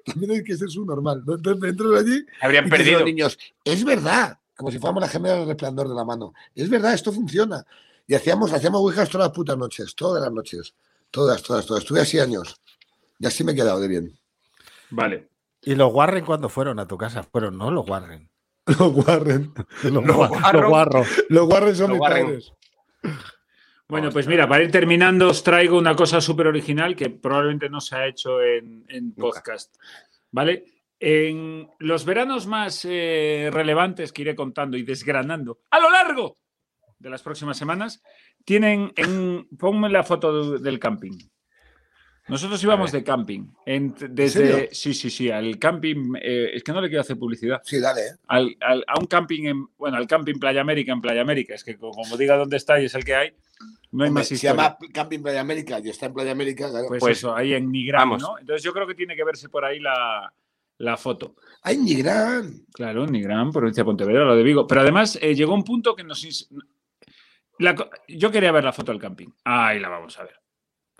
también hay que ser su normal. ¿no? Entonces entras allí
Habrían
y te dicen
perdido.
los niños, es verdad, como si fuéramos la gemela del resplandor de la mano, es verdad, esto funciona. Y hacíamos, hacíamos ouijas todas las putas noches, todas las noches, todas, todas, todas. Estuve así años y así me he quedado de bien.
Vale.
¿Y los Warren cuando fueron a tu casa? Fueron, no los Warren.
Los Warren,
Los,
Los
Wa-
Warren.
los Warren.
los Warren son
Los
mis
Warren.
padres.
Bueno, pues mira, para ir terminando, os traigo una cosa súper original que probablemente no se ha hecho en, en
Nunca.
podcast. ¿Vale? En los veranos más eh, relevantes que iré contando y desgranando a lo largo de las próximas semanas, tienen en. Ponme la foto de- del camping. Nosotros íbamos de camping. en-
serio?
desde. Sí, sí, sí, al camping. eh, es que no le quiero hacer publicidad
Sí, dale. ¿eh?
al- al- a un camping en, bueno, al camping Playa América en Playa América, es que co- como diga dónde está y es el que hay, no hay
Hombre,
más
se
historia.
llama Camping Playa América y está en Playa América. claro.
Pues,
Pues,
eso, ahí en Nigrán,
vamos.
¿no? Entonces yo creo que tiene que verse por ahí la, la foto.
¡Ay, ni gran!
Claro, Nigrán, provincia de Pontevedra, lo de Vigo. Pero además eh, llegó un punto que nos... ins- la co- yo quería ver la foto del camping. Ahí la vamos a ver.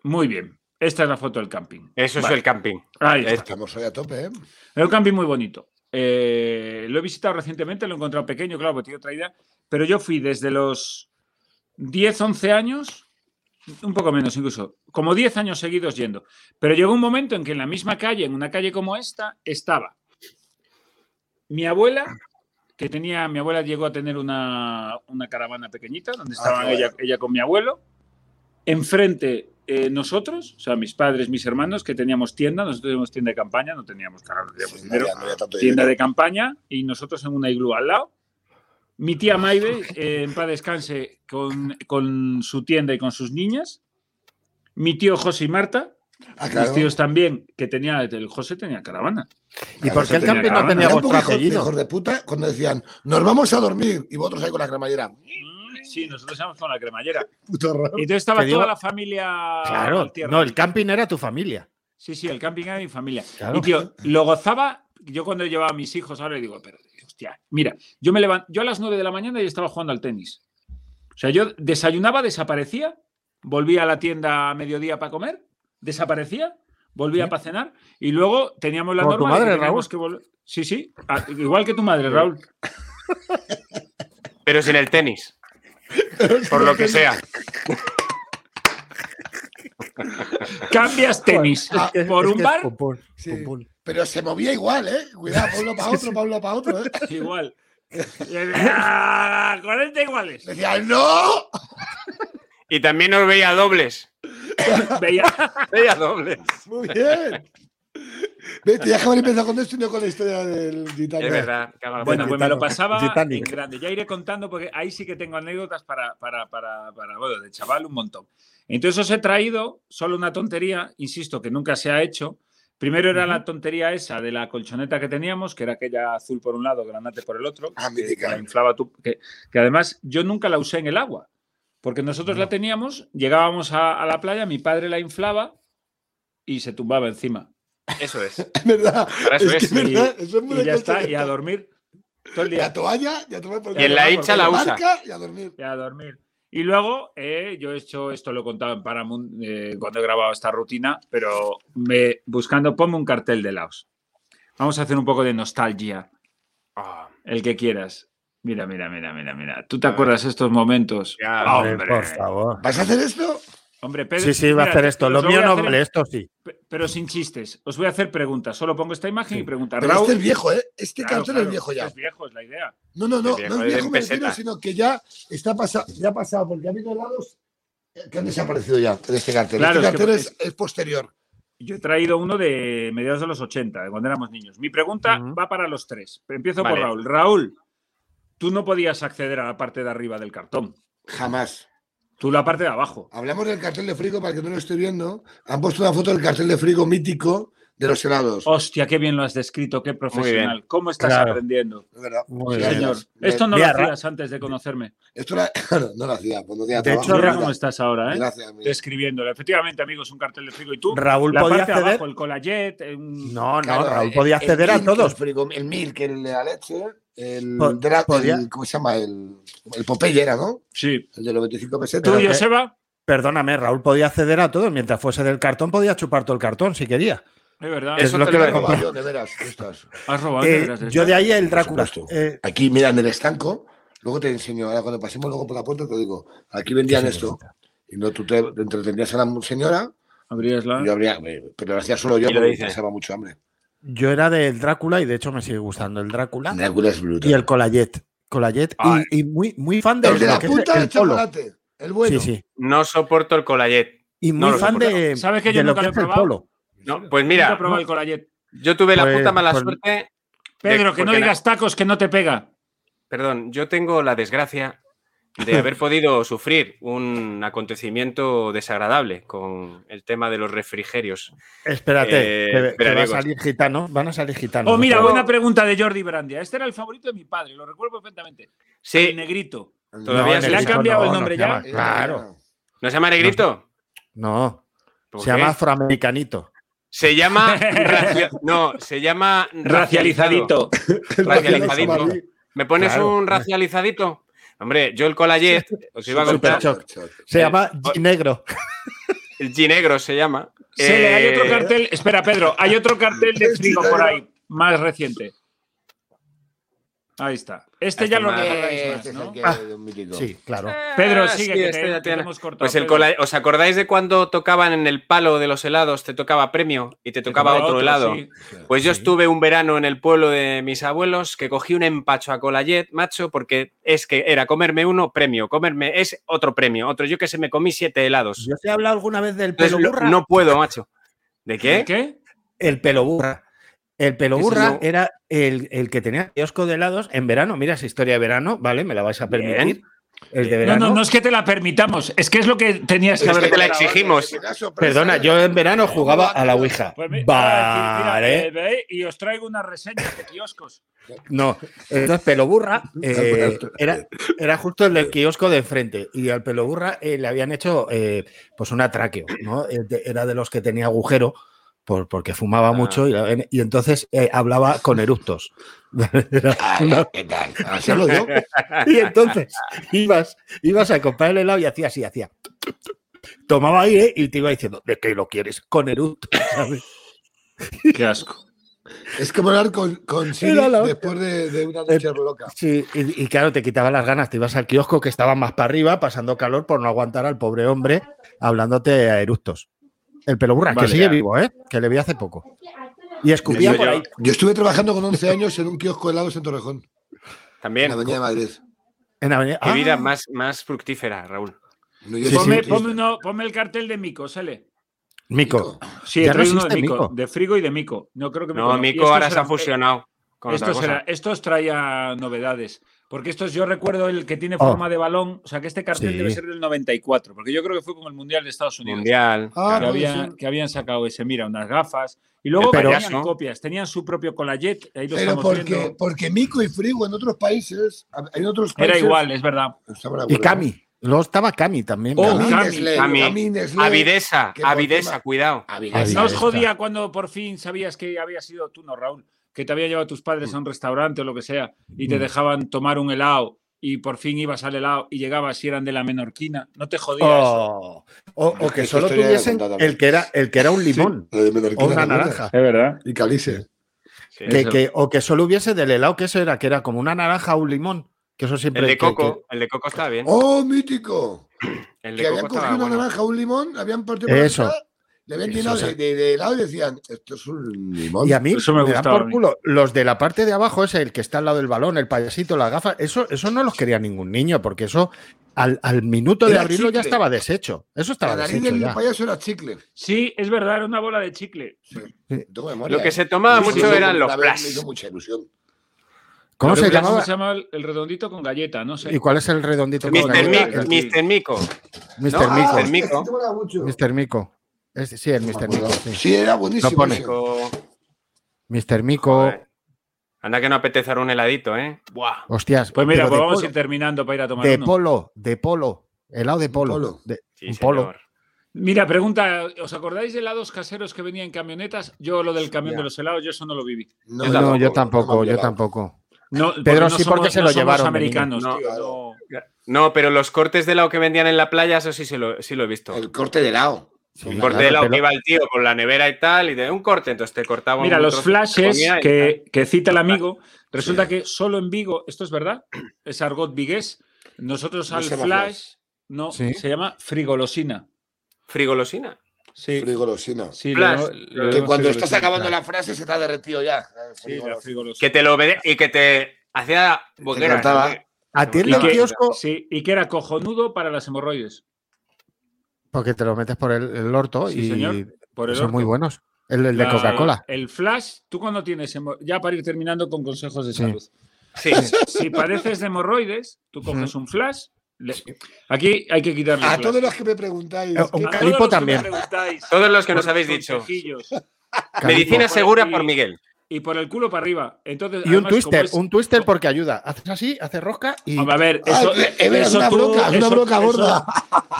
Muy bien. Esta es la foto del camping.
Eso
Vale,
es el camping.
ahí está.
Estamos hoy a tope, ¿eh?
Es un camping muy bonito. Eh, lo he visitado recientemente, lo he encontrado pequeño, claro, porque tiene otra idea. Pero yo fui desde los 10, 11 años, un poco menos incluso, como 10 años seguidos yendo. Pero llegó un momento en que en la misma calle, en una calle como esta, estaba mi abuela, que tenía, mi abuela llegó a tener una, una caravana pequeñita, donde estaban
joder.
ella, ella con mi abuelo. Enfrente eh, nosotros, o sea, mis padres, mis hermanos, que teníamos tienda, nosotros teníamos tienda de campaña, no teníamos caravana, teníamos
Sí, no
dinero
había- no había tanto
tienda
dinero.
de campaña y nosotros en una iglú al lado. Mi tía Maive, eh, en paz descanse, con, con su tienda y con sus niñas. Mi tío José y Marta,
Ah, claro.
mis tíos también, que tenía, el José tenía caravana.
¿Y
Claro,
por qué
eso
el
tenía
camping no
caravana.
tenía
Era un
vuestro
poco hijos,
apellido?
hijos de puta cuando decían, nos vamos a dormir y vosotros ahí con la cremallera.
Sí, nosotros íbamos con la cremallera.
Puto raro.
Y entonces estaba
Te digo-
toda la familia.
Claro,
Valtierra.
no, el camping era tu familia.
Sí, sí, el camping era mi familia.
Claro.
Y tío, lo gozaba. Yo cuando llevaba a mis hijos, ahora le digo, pero hostia, mira, yo me levanto, yo a las 9 de la mañana y estaba jugando al tenis. O sea, yo desayunaba, desaparecía, volvía a la tienda a mediodía para comer, desaparecía, volvía para cenar y luego teníamos la
Como tu
norma de que
madre,
teníamos que volver. Sí, sí, a- igual que tu madre, Raúl.
Pero sin el tenis. Por lo que sea.
Cambias tenis
Ah,
por
Es
un
que es
bar,
pum, pum,
Sí.
pum, pum.
Pero se movía igual, ¿eh? Cuidado, Pablo para otro, Pablo para otro. ¿eh?
igual. Y él, "Ah, 40 iguales.
Decía, ¡no!
Y también nos veía dobles.
Veía,
Veía dobles.
Muy bien. Vete, ya que haber empezado con esto y no con la historia del guitarra.
Es verdad. cago en la
Bueno,
puta.
pues me lo
Titanic.
pasaba en
Titanic.
grande. Ya iré contando porque ahí sí que tengo anécdotas para, para, para, para, bueno, de chaval un montón. Entonces os he traído solo una tontería, insisto, que nunca se ha hecho. Primero era la tontería esa de la colchoneta que teníamos, que era aquella azul por un lado, granate por el otro,
Ah,
que,
mítica.
la inflaba tú, que, que además yo nunca la usé en el agua, porque nosotros la teníamos, llegábamos a, a la playa, mi padre la inflaba y se tumbaba encima.
Eso es.
Es verdad.
Para eso
Es que
es.
es verdad. Eso es muy
Y ya está,
desconcertante.
y a dormir todo el
Y
día.
a toalla, y a tomar por
Y en la hincha la usa.
marca y a dormir.
y a dormir. Y luego, eh, yo he hecho, esto lo he contado en Paramount eh, cuando he grabado esta rutina, pero me, buscando, ponme un cartel de Laos. Vamos a hacer un poco de nostalgia,
Ah,
el que quieras. Mira, mira, mira, mira, mira. ¿Tú te acuerdas estos momentos?
ya,
Ah,
hombre.
Hombre, Por favor.
¿Vas a hacer esto?
Hombre, Pedro.
Sí, sí, va a
mira,
hacer
te-
esto.
os
Lo mío
voy a
no,
hacer-
hombre, esto sí.
pe- Pero sin chistes. Os voy a hacer preguntas. Solo pongo esta imagen
Sí.
y pregunta.
Pero
Raúl,
este es viejo, ¿eh? Este
claro,
cartel es
claro,
viejo ya.
Es viejo, es la idea.
No, no, no,
Es viejo, es
no es viejo
en
me refiero,
peseta.
sino que ya está pasa- ya ha pasado, porque ha habido helados que han desaparecido ya de este cartel.
Claro,
este
es que-
cartel es, es posterior.
Yo he traído uno de mediados de los 80, de cuando éramos niños. Mi pregunta
Ujú.
va para los tres. Empiezo
Vale.
por Raúl. Raúl, tú no podías acceder a la parte de arriba del cartón.
Jamás.
Tú la parte de abajo.
Hablamos del cartel de frigo, para el que no lo esté viendo. Han puesto una foto del cartel de frigo mítico de los helados.
Oh,
Hostia, qué bien lo has descrito, qué profesional. ¿Cómo estás
Claro.
aprendiendo?
Es verdad.
Muy
Sí,
bien.
Señor,
señor.
esto no
Mira,
lo hacías antes de conocerme.
Esto era- claro, no lo hacía, cuando tenía
De
trabajo.
hecho,
Mira
Gracias,
cómo estás ahora, ¿eh?
Gracias, mira.
Describiéndolo. Efectivamente, amigos, un cartel de frigo. ¿Y tú?
Raúl
la
podía
parte de
acceder.
abajo, el collaget. eh, un-
No, no,
Claro,
Raúl
el-
podía
el
acceder a
milk, El,
todos.
frigo, el milk, el de la leche. El,
Po-
dra-
podía-
el- ¿Cómo se llama? El, el Popeye era, ¿no?
Sí.
El de los 25
¿Tú,
pesetas.
Pero que-
Joseba?
Perdóname, Raúl podía acceder a todo. Mientras fuese del cartón, podía chupar todo el cartón si quería.
Es verdad.
Es
Eso
lo
te
que
lo
le
digo.
compro.
Roba yo, de veras, tú estás.
Has robado.
Eh,
de veras,
yo
esto.
de ahí el Drácula.
supuesto.
Eh,
Aquí, mira, en el estanco, luego te enseño, ahora cuando pasemos luego por la puerta, te digo, aquí vendían
Sí,
esto. Y no tú te, te entretenías a la señora,
Abríasla.
y yo habría, eh, pero lo hacía solo yo
Y lo
porque
dice.
pasaba mucho hambre.
yo era del Drácula y de hecho me sigue gustando el Drácula
Drácula es brutal.
y el Colayet. Colayet
Ay.
y, y muy, muy fan de,
El de
lo
la
que es el-
puta de
el polo.
chocolate. El bueno.
Sí, sí.
No soporto el colayet.
Y
No
muy
lo
fan
soporto.
de,
¿Sabes que
de
yo
lo
nunca
que
lo he
es el
probado?
polo.
No, pues
Nunca he
mira,
probado el colayet.
yo tuve la
Pues-
puta mala
pues-
suerte.
Pedro, que no
porque na-
digas tacos que no te pega.
Perdón, yo tengo la desgracia de haber podido sufrir un acontecimiento desagradable con el tema de los refrigerios.
Espérate,
Eh,
que- que,
espera,
va a
amigos.
salir gitano. Van a salir gitanos.
Oh, mira,
pero-
buena pregunta de Jordi Brandia. Este era el favorito de mi padre, lo recuerdo perfectamente. El
Sí,
negrito.
todavía
se le ha
negrito
cambiado el nombre ya.
Eh,
Claro.
¿no se llama Negrito?
No,
¿Por qué?
se llama afroamericanito.
Se llama. racia- No, se llama.
Racializadito.
racializado.
eh,
Racializadito.
Somalí.
¿Me pones
Claro.
un racializadito? Hombre, yo el colayet, os iba a
Super
contar,
shock. Se
Eh,
llama G negro.
el ginegro se llama.
Se le- hay otro
Eh,
cartel. Espera, Pedro, hay otro cartel de frigo por ahí, más reciente. Ahí está. Este
Este
ya lo
más-
recordáis más,
Este es
¿no?
el que-
Ah,
un mítico.
Sí, claro.
Pedro,
Ah,
sigue,
sí,
que
este
te,
ya
que te
tiene.
hemos cortado.
Pues el
Pedro.
cola- ¿Os acordáis de cuando tocaban en el palo de los helados? Te tocaba premio y te tocaba
Tocaba
otro, helado.
sí.
Pues yo
Sí.
estuve un verano en el pueblo de mis abuelos que cogí un empacho a colayet, macho, porque es que era comerme uno, premio, comerme es otro premio, otro. Yo que se me comí siete helados.
Yo te he hablado alguna vez del
Entonces,
pelo
lo-
burra.
no puedo, macho. ¿De
¿Qué?
qué?
El pelo burra. El pelo
Eso
burra
no.
era el, el que tenía kiosco de helados en verano. Mira, es historia de verano, ¿vale? Me la vais a permitir. El de
No,
verano.
no, no es que te la permitamos, es que es lo que tenías que
Es
haber
que te la
contado.
exigimos.
Perdona, yo en verano jugaba a la Ouija.
Pues mi- ahora decir, mira,
Vale.
eh, ve y os traigo unas reseñas de kioscos.
No. Entonces, pelo burra eh, era, era justo el del kiosco de enfrente. Y al pelo burra eh, le habían hecho eh, pues un atraqueo, ¿no? Eh, de- Era de los que tenía agujero. por- porque fumaba mucho y, y entonces eh, hablaba con eructos. Era
Ay,
una-
¿Qué tal? Así hablo yo.
Y entonces ibas, ibas a comprar el helado y hacía así, hacía. Tomaba aire y te iba diciendo, ¿de qué lo quieres? Con eructo, ¿sabes?
Qué asco.
Es que volar con, con Siri
Era la hostia. Eh,
después de, de una noche loca.
Sí, y, y claro, te quitaba las ganas, te ibas al kiosco que estaba más para arriba, pasando calor por no aguantar al pobre hombre hablándote a eructos. El pelo burra,
Vale,
que sigue
ya.
vivo, ¿eh? Que le vi hace poco. Y escupía
Yo-
por
yo-
ahí.
Yo estuve trabajando con 11 años en un kiosco de helados en Torrejón, en
También.
la Avenida de Madrid.
En Avenida.
Qué
¡Ah!
vida más, más fructífera, Raúl.
No, yo
Sí,
estuve
Ponme,
triste.
ponme uno- ponme el cartel de Mico, Sele.
Mico.
Sí,
Ya
he
no
traído uno de
existe
Mico,
Mico.
de frigo y de Mico. No creo que
No,
no. Y eh,
Mico
estos
ahora se ha
eran-
fusionado con otra
Estos,
cosa.
era- estos traía novedades. Porque estos yo recuerdo el que tiene
Oh.
forma de balón. O sea, que este cartel
Sí.
debe ser del 94. Porque yo creo que fue con el Mundial de Estados Unidos.
Mundial.
Ah,
Que,
claro.
puede
había-
ser.
que habían sacado ese. Mira, unas gafas. Y luego
El
tenían
payaso.
copias. Tenían su propio colayet. Ahí lo
Pero
estamos
porque,
viendo.
porque Mico y Frigo en otros países, en otros
Era
Pues
países
igual, es verdad.
estaban de
Y
acuerdo.
Cami. Luego estaba Cami también.
Oh,
¿verdad?
Cami,
Cami.
Nestlé,
Cami.
Cami, Nestlé.
Avidesa,
que por
avidesa,
tema-
cuidado.
Avidesa.
¿No os
está.
jodía cuando por fin sabías que había sido tú, no, Raúl? Que te había llevado tus padres a un restaurante o lo que sea y te
Mm.
dejaban tomar un helado y por fin ibas al helado y llegabas y eran de la menorquina. ¿No te jodía
Oh,
eso?
O, o- o que
Esta
solo
historia la he
tuviesen
contado también.
el que era, el que era un limón
Lo de Menorquina
o una
también.
naranja.
Es verdad.
Y Calice.
Sí.
Que, que- o que solo hubiese del helado que eso era, que era como una naranja o un limón. Que eso siempre.
el de
que-
coco, el de coco estaba bien.
¡Oh, mítico!
El
Que
de coco
habían cogido
estaba
una
bueno.
naranja, un limón, habían partido por la
Eso.
mitad, le habían
Eso,
llenado
o sea.
de, de- de helado y decían, esto es un limón.
y a mí
Eso me
me, dan
gustaba a
por
mí.
culo. Los de la parte de abajo, ese, el que está al lado del balón, el payasito, las gafas, eso, eso no los quería ningún niño, porque eso al, al minuto de
Era
abrirlo
chicle.
ya estaba deshecho. Eso
la
estaba
nariz
deshecho
del
ya.
payaso era chicle.
Sí, es verdad, era una bola de chicle.
Tengo memoria,
Lo que
¿eh?
se tomaba
Sí, sí,
mucho
sí,
eran los
una vez Me
flash.
hizo mucha ilusión.
¿Cómo
Pero
se
creo que
llamaba?
se llama el el redondito con galleta? No sé.
¿Y cuál es el redondito? con
Mr.
galleta?
Mico,
Mico.
Mr. Mico.
El
¿no?
Mr.
Ah,
Mico.
Mr. Mico.
este molaba mucho.
Mr. Mico. Es- sí, el Mr. Mico. sí.
Sí, era buenísimo.
Lo pone.
ese.
Mico,
Mr. Mico.
joder. Anda que no apetece ahora un heladito, ¿eh? Buah.
Hostias.
Pues mira,
pero
pues
de
vamos a
polo,
ir terminando para ir a tomar
De
uno.
polo, de polo. Helado de polo.
Polo.
De-
Sí,
un polo.
señor.
Mira, pregunta, ¿os acordáis de helados caseros que venían en camionetas? Yo lo del camión de los helados, yo eso no lo viví.
No, yo tampoco,
no me
yo
hablaba.
tampoco.
No,
Pedro sí,
somos-
porque se
no
lo
somos
llevaron de
americanos,
niño.
tío, no.
No, pero los cortes de lao que vendían en la playa, eso sí, se lo, sí lo he visto.
El corte de lado.
Un corte de lao que iba el tío con la nevera y tal, y de un corte, entonces te cortaba un
Mira, los
trozo de
flashes
comida y
que, que cita el amigo, resulta que solo en Vigo, esto es verdad, es argot vigués, nosotros
No
al
se llama
flash no
Sí.
se llama frigolosina.
tal. Frigolosina.
Sí,
Frigolosina.
sí, lo
Flash.
llama- lo
Que
Que
llama
cuando
frigolosina.
estás acabando la frase se te ha derretido
eh,
ya.
Sí, la frigolosina.
Que te lo vende- y que te hacía boqueras.
cortaba.
Atiende
Y
el
que-
kiosco
Sí, y que era cojonudo para las hemorroides.
porque te lo metes por el, el orto
Sí,
y
señor. Por el
son muy
orto.
buenos. El, el de
La-
Coca-Cola.
El flash, tú cuando tienes hemo- ya para ir terminando con consejos de
Sí.
salud.
Sí,
Si padeces de hemorroides, tú coges un flash. le- Aquí hay que quitarle.
A
el
todos
flash.
los que me preguntáis.
Eh,
¿qué-
A todos
Calipo
los que
también.
me preguntáis
todos los que nos
por
habéis dicho.
consejillos
Medicina
Por
segura
aquí.
por Miguel.
Y por el culo para arriba. Entonces,
Y un
además, como
twister,
es-
un twister porque ayuda. Haces así, haces rosca y.
Hombre, A ver,
Ah,
eso,
es- es verdad, es
eso
una
tú-
broca, es una
eso-
broca
eso-
gorda.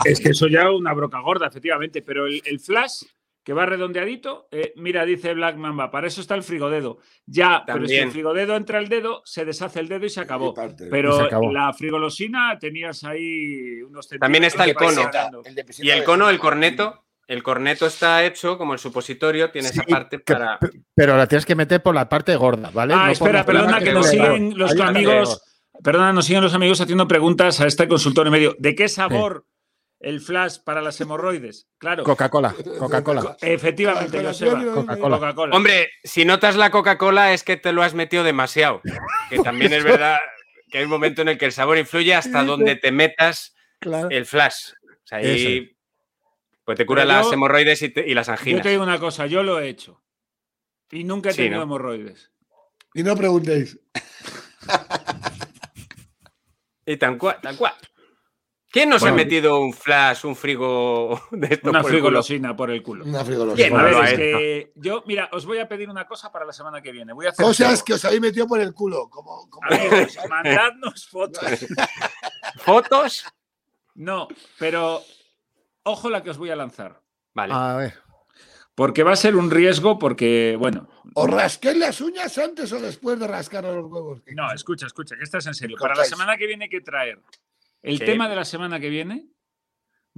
Es que eso ya una broca gorda, efectivamente. Pero el, el flash que va redondeadito, eh, mira, dice Black Mamba, para eso está el frigodedo. Ya, pero si
También.
el frigodedo entra el dedo, se deshace el dedo y se acabó.
Parte.
Pero
Y se acabó.
la frigolosina tenías ahí unos
También
centímetros
está el
que vais
cono.
sacando.
de peseta
Y el
de-
cono, el corneto, el corneto está hecho como el supositorio, tiene esa
Sí,
parte
que-
para.
pe- Pero la tienes que meter por la parte gorda, ¿vale? No
Ah,
por
espera,
la parte
perdona, que
gorda.
nos siguen los
Ahí está
amigos. Perdona, nos siguen los amigos haciendo preguntas a este consultorio medio. ¿De qué sabor el flash para las hemorroides? Claro,
Coca-Cola, Coca-Cola.
eh, efectivamente, Joseba.
Coca-Cola.
Coca-Cola.
Hombre, si notas la Coca-Cola es que te lo has metido demasiado. Que también es verdad que hay un momento en el que el sabor influye hasta donde te metas
Claro.
el flash. O sea, ahí pues te cura
Pero
las
yo-
hemorroides y, te- y las
Yo
anginas.
te digo una cosa, yo lo he hecho. Y nunca he
Sí,
tenido
¿no?
hemorroides.
Y no preguntéis.
Y tan cual, tan cual. ¿Quién nos
Bueno.
ha metido un flash, un frigo de estos
Una
por el culo?
frigolosina por el culo.
Una frigolosina.
¿Quién
A
no
ver,
lo ha
es
hecho?
que yo, mira, os voy a pedir una cosa para la semana que viene. Voy a hacer
Cosas
algo.
que os habéis metido por el culo. Como, como-
Amigos, mandadnos fotos.
¿Fotos?
No, pero ojo la que os voy a lanzar.
Vale.
Ah.
A ver.
Porque va a ser un riesgo, porque, bueno.
¿Os rasquéis las uñas antes o después de rascar los huevos?
No, escucha, escucha, que estás en serio.
¿Qué
Para la
contáis?
semana que viene, ¿qué traer? El
¿Qué?
tema de la semana que viene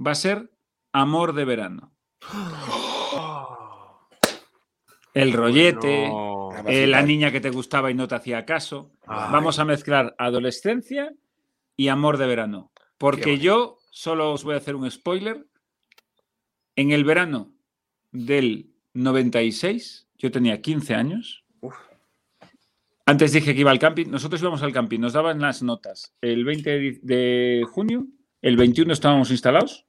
va a ser amor de verano. El rollete,
Oh, No.
eh, la niña que te gustaba y no te hacía caso.
Ay.
Ah. Vamos a mezclar adolescencia y amor de verano. Porque yo solo os voy a hacer un spoiler. En el verano del 96, yo tenía 15 años. Antes dije que iba al camping. Nosotros íbamos al camping, nos daban las notas. El 20 de di- de junio, el 21 estábamos instalados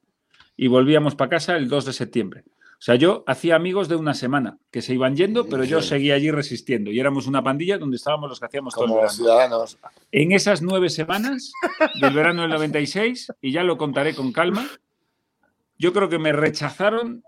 y volvíamos para casa el 2 de septiembre. O sea, yo hacía amigos de una semana que se iban yendo, pero yo seguía allí resistiendo. Y éramos una pandilla donde estábamos los que hacíamos todo el
Como
verano
ciudadanos.
en esas nueve semanas del verano del 96, y ya lo contaré con calma, yo creo que me rechazaron,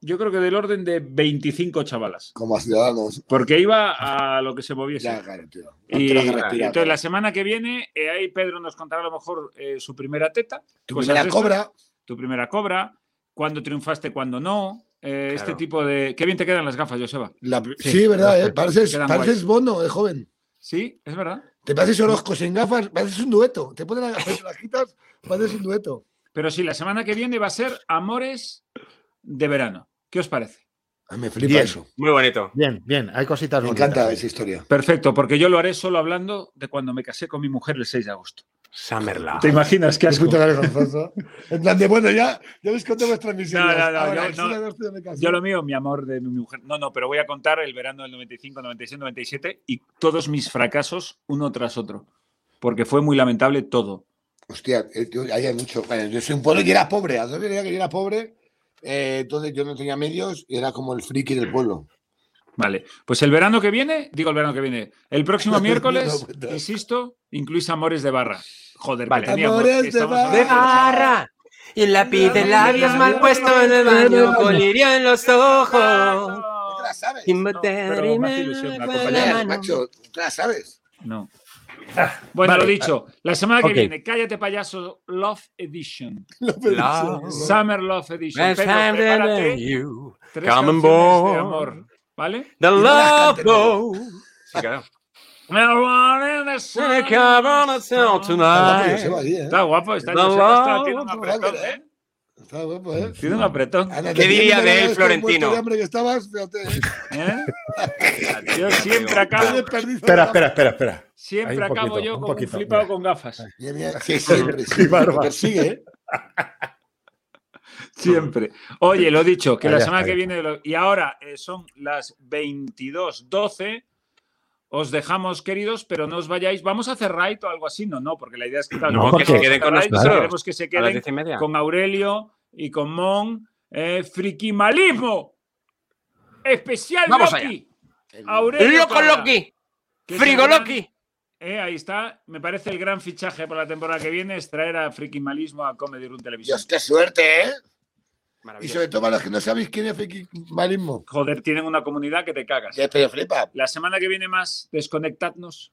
yo creo que del orden de 25 chavalas,
Como ciudadanos.
porque iba a lo que se moviese.
Ya, claro, tío. No
y,
te dejas
y
respirar.
entonces la semana que viene, eh, ahí Pedro nos contará a lo mejor eh, su primera teta,
Tu
cosas
primera
de estas.
cobra.
tu primera cobra, cuándo triunfaste, cuándo no, eh, este
Claro.
tipo de... Qué bien te quedan las gafas, Joseba.
la- sí,
Sí.
verdad, ¿eh? Pareces,
Quedan
pareces bono de joven.
Sí, es verdad.
Te pareces Orozco sin gafas, pareces un dueto. Te pones las las quitas, pareces un dueto.
Pero sí, la semana que viene va a ser Amores de Verano. ¿Qué os parece?
Ay, me flipa
Bien.
eso.
Muy bonito.
Bien, bien, hay cositas
Me
bonitas.
encanta esa historia.
Perfecto, porque yo lo haré solo hablando de cuando me casé con mi mujer el 6 de agosto.
Ah,
Summerla.
¿Te imaginas qué
Qué
asco?
puta cabeza, Alfonso. En plan de, bueno, ya, ya habéis contado vuestras misiones.
No, no, no,
Ahora,
yo-
el
no.
cine de los tíos me caso.
Yo lo mío, mi amor de mi mujer. No, no, pero voy a contar el verano del 95, 96, 97 y todos mis fracasos uno tras otro. Porque fue muy lamentable todo.
Hostia, eh, tío, ahí hay mucho. Bueno, yo soy un pueblo y era pobre. A donde era que yo era pobre, eh, entonces yo no tenía medios y era como el friki del pueblo.
Vale, pues el verano que viene, digo el verano que viene, el próximo miércoles,
No, no, no.
insisto, incluís Amores de Barra. Joder, que
Vale.
tenía amor-
Amores de
estamos
barra.
hablando-
Y el lápiz
de labios mal puesto en el baño, con
lirio en los ojos.
¿Tú te la sabes?
No, pero me hace ilusión la
Joder,
compañía.
macho, ¿tú te la sabes?
No. Ah, Bueno,
vale.
lo dicho,
ah,
la semana que
Ok.
viene, cállate payaso, Love Edition.
Lo pedí,
La-
sí, sí.
Summer Love Edition. Pedro, prepárate tres
Come and
canciones de
board.
amor, ¿vale?
The
Y no las
Love
cantes, ¿no?
Boat. Sí, claro. Está
¿eh?
guapo, Ah, está,
No,
Joseba está-
no,
tiene un
no,
apretón,
no,
¿eh?
Está guapo, ¿eh?
Tiene un apretón.
Ana,
¿Qué
te
diría
quiero
de
ver
él,
este
Florentino?
muerto de hambre que estabas, fíjate,
¿eh? Yo siempre
qué
acabo,
desperdicio.
Espera, espera, espera, espera. Ahí
siempre
un
acabo
poquito,
yo
un
con un
poquito,
flipado
mira.
con gafas.
Mira, mira, que siempre,
Qué
siempre,
barba.
persigue, ¿eh?
Siempre. Oye, lo dicho, que
Ah,
la
ya
semana que
está, ya
viene. lo- Y ahora eh, son las 22.12. Os dejamos, queridos, pero no os vayáis. Vamos a hacer raid o algo así, no, no, porque la idea es que,
No,
porque
que se
queden con
raid,
nosotros.
Queremos que se
A las
queden
diez y media.
con Aurelio y con Mon. Eh, ¡Friquimalismo! Especial
Vamos
Loki. Aurelio
Loco
Cabra,
Loki,
que
Frigo
tendrán-
Loki.
Eh, ahí está. Me parece el gran fichaje para la temporada que viene es traer a Friquimalismo a Comedy Room Televisión.
Dios, qué suerte, ¿eh? Y
Maravilloso.
sobre todo para los que no sabéis quién es Friquimalismo.
Joder, tienen una comunidad que te cagas.
Que pero flipa.
La semana que viene más, desconectadnos.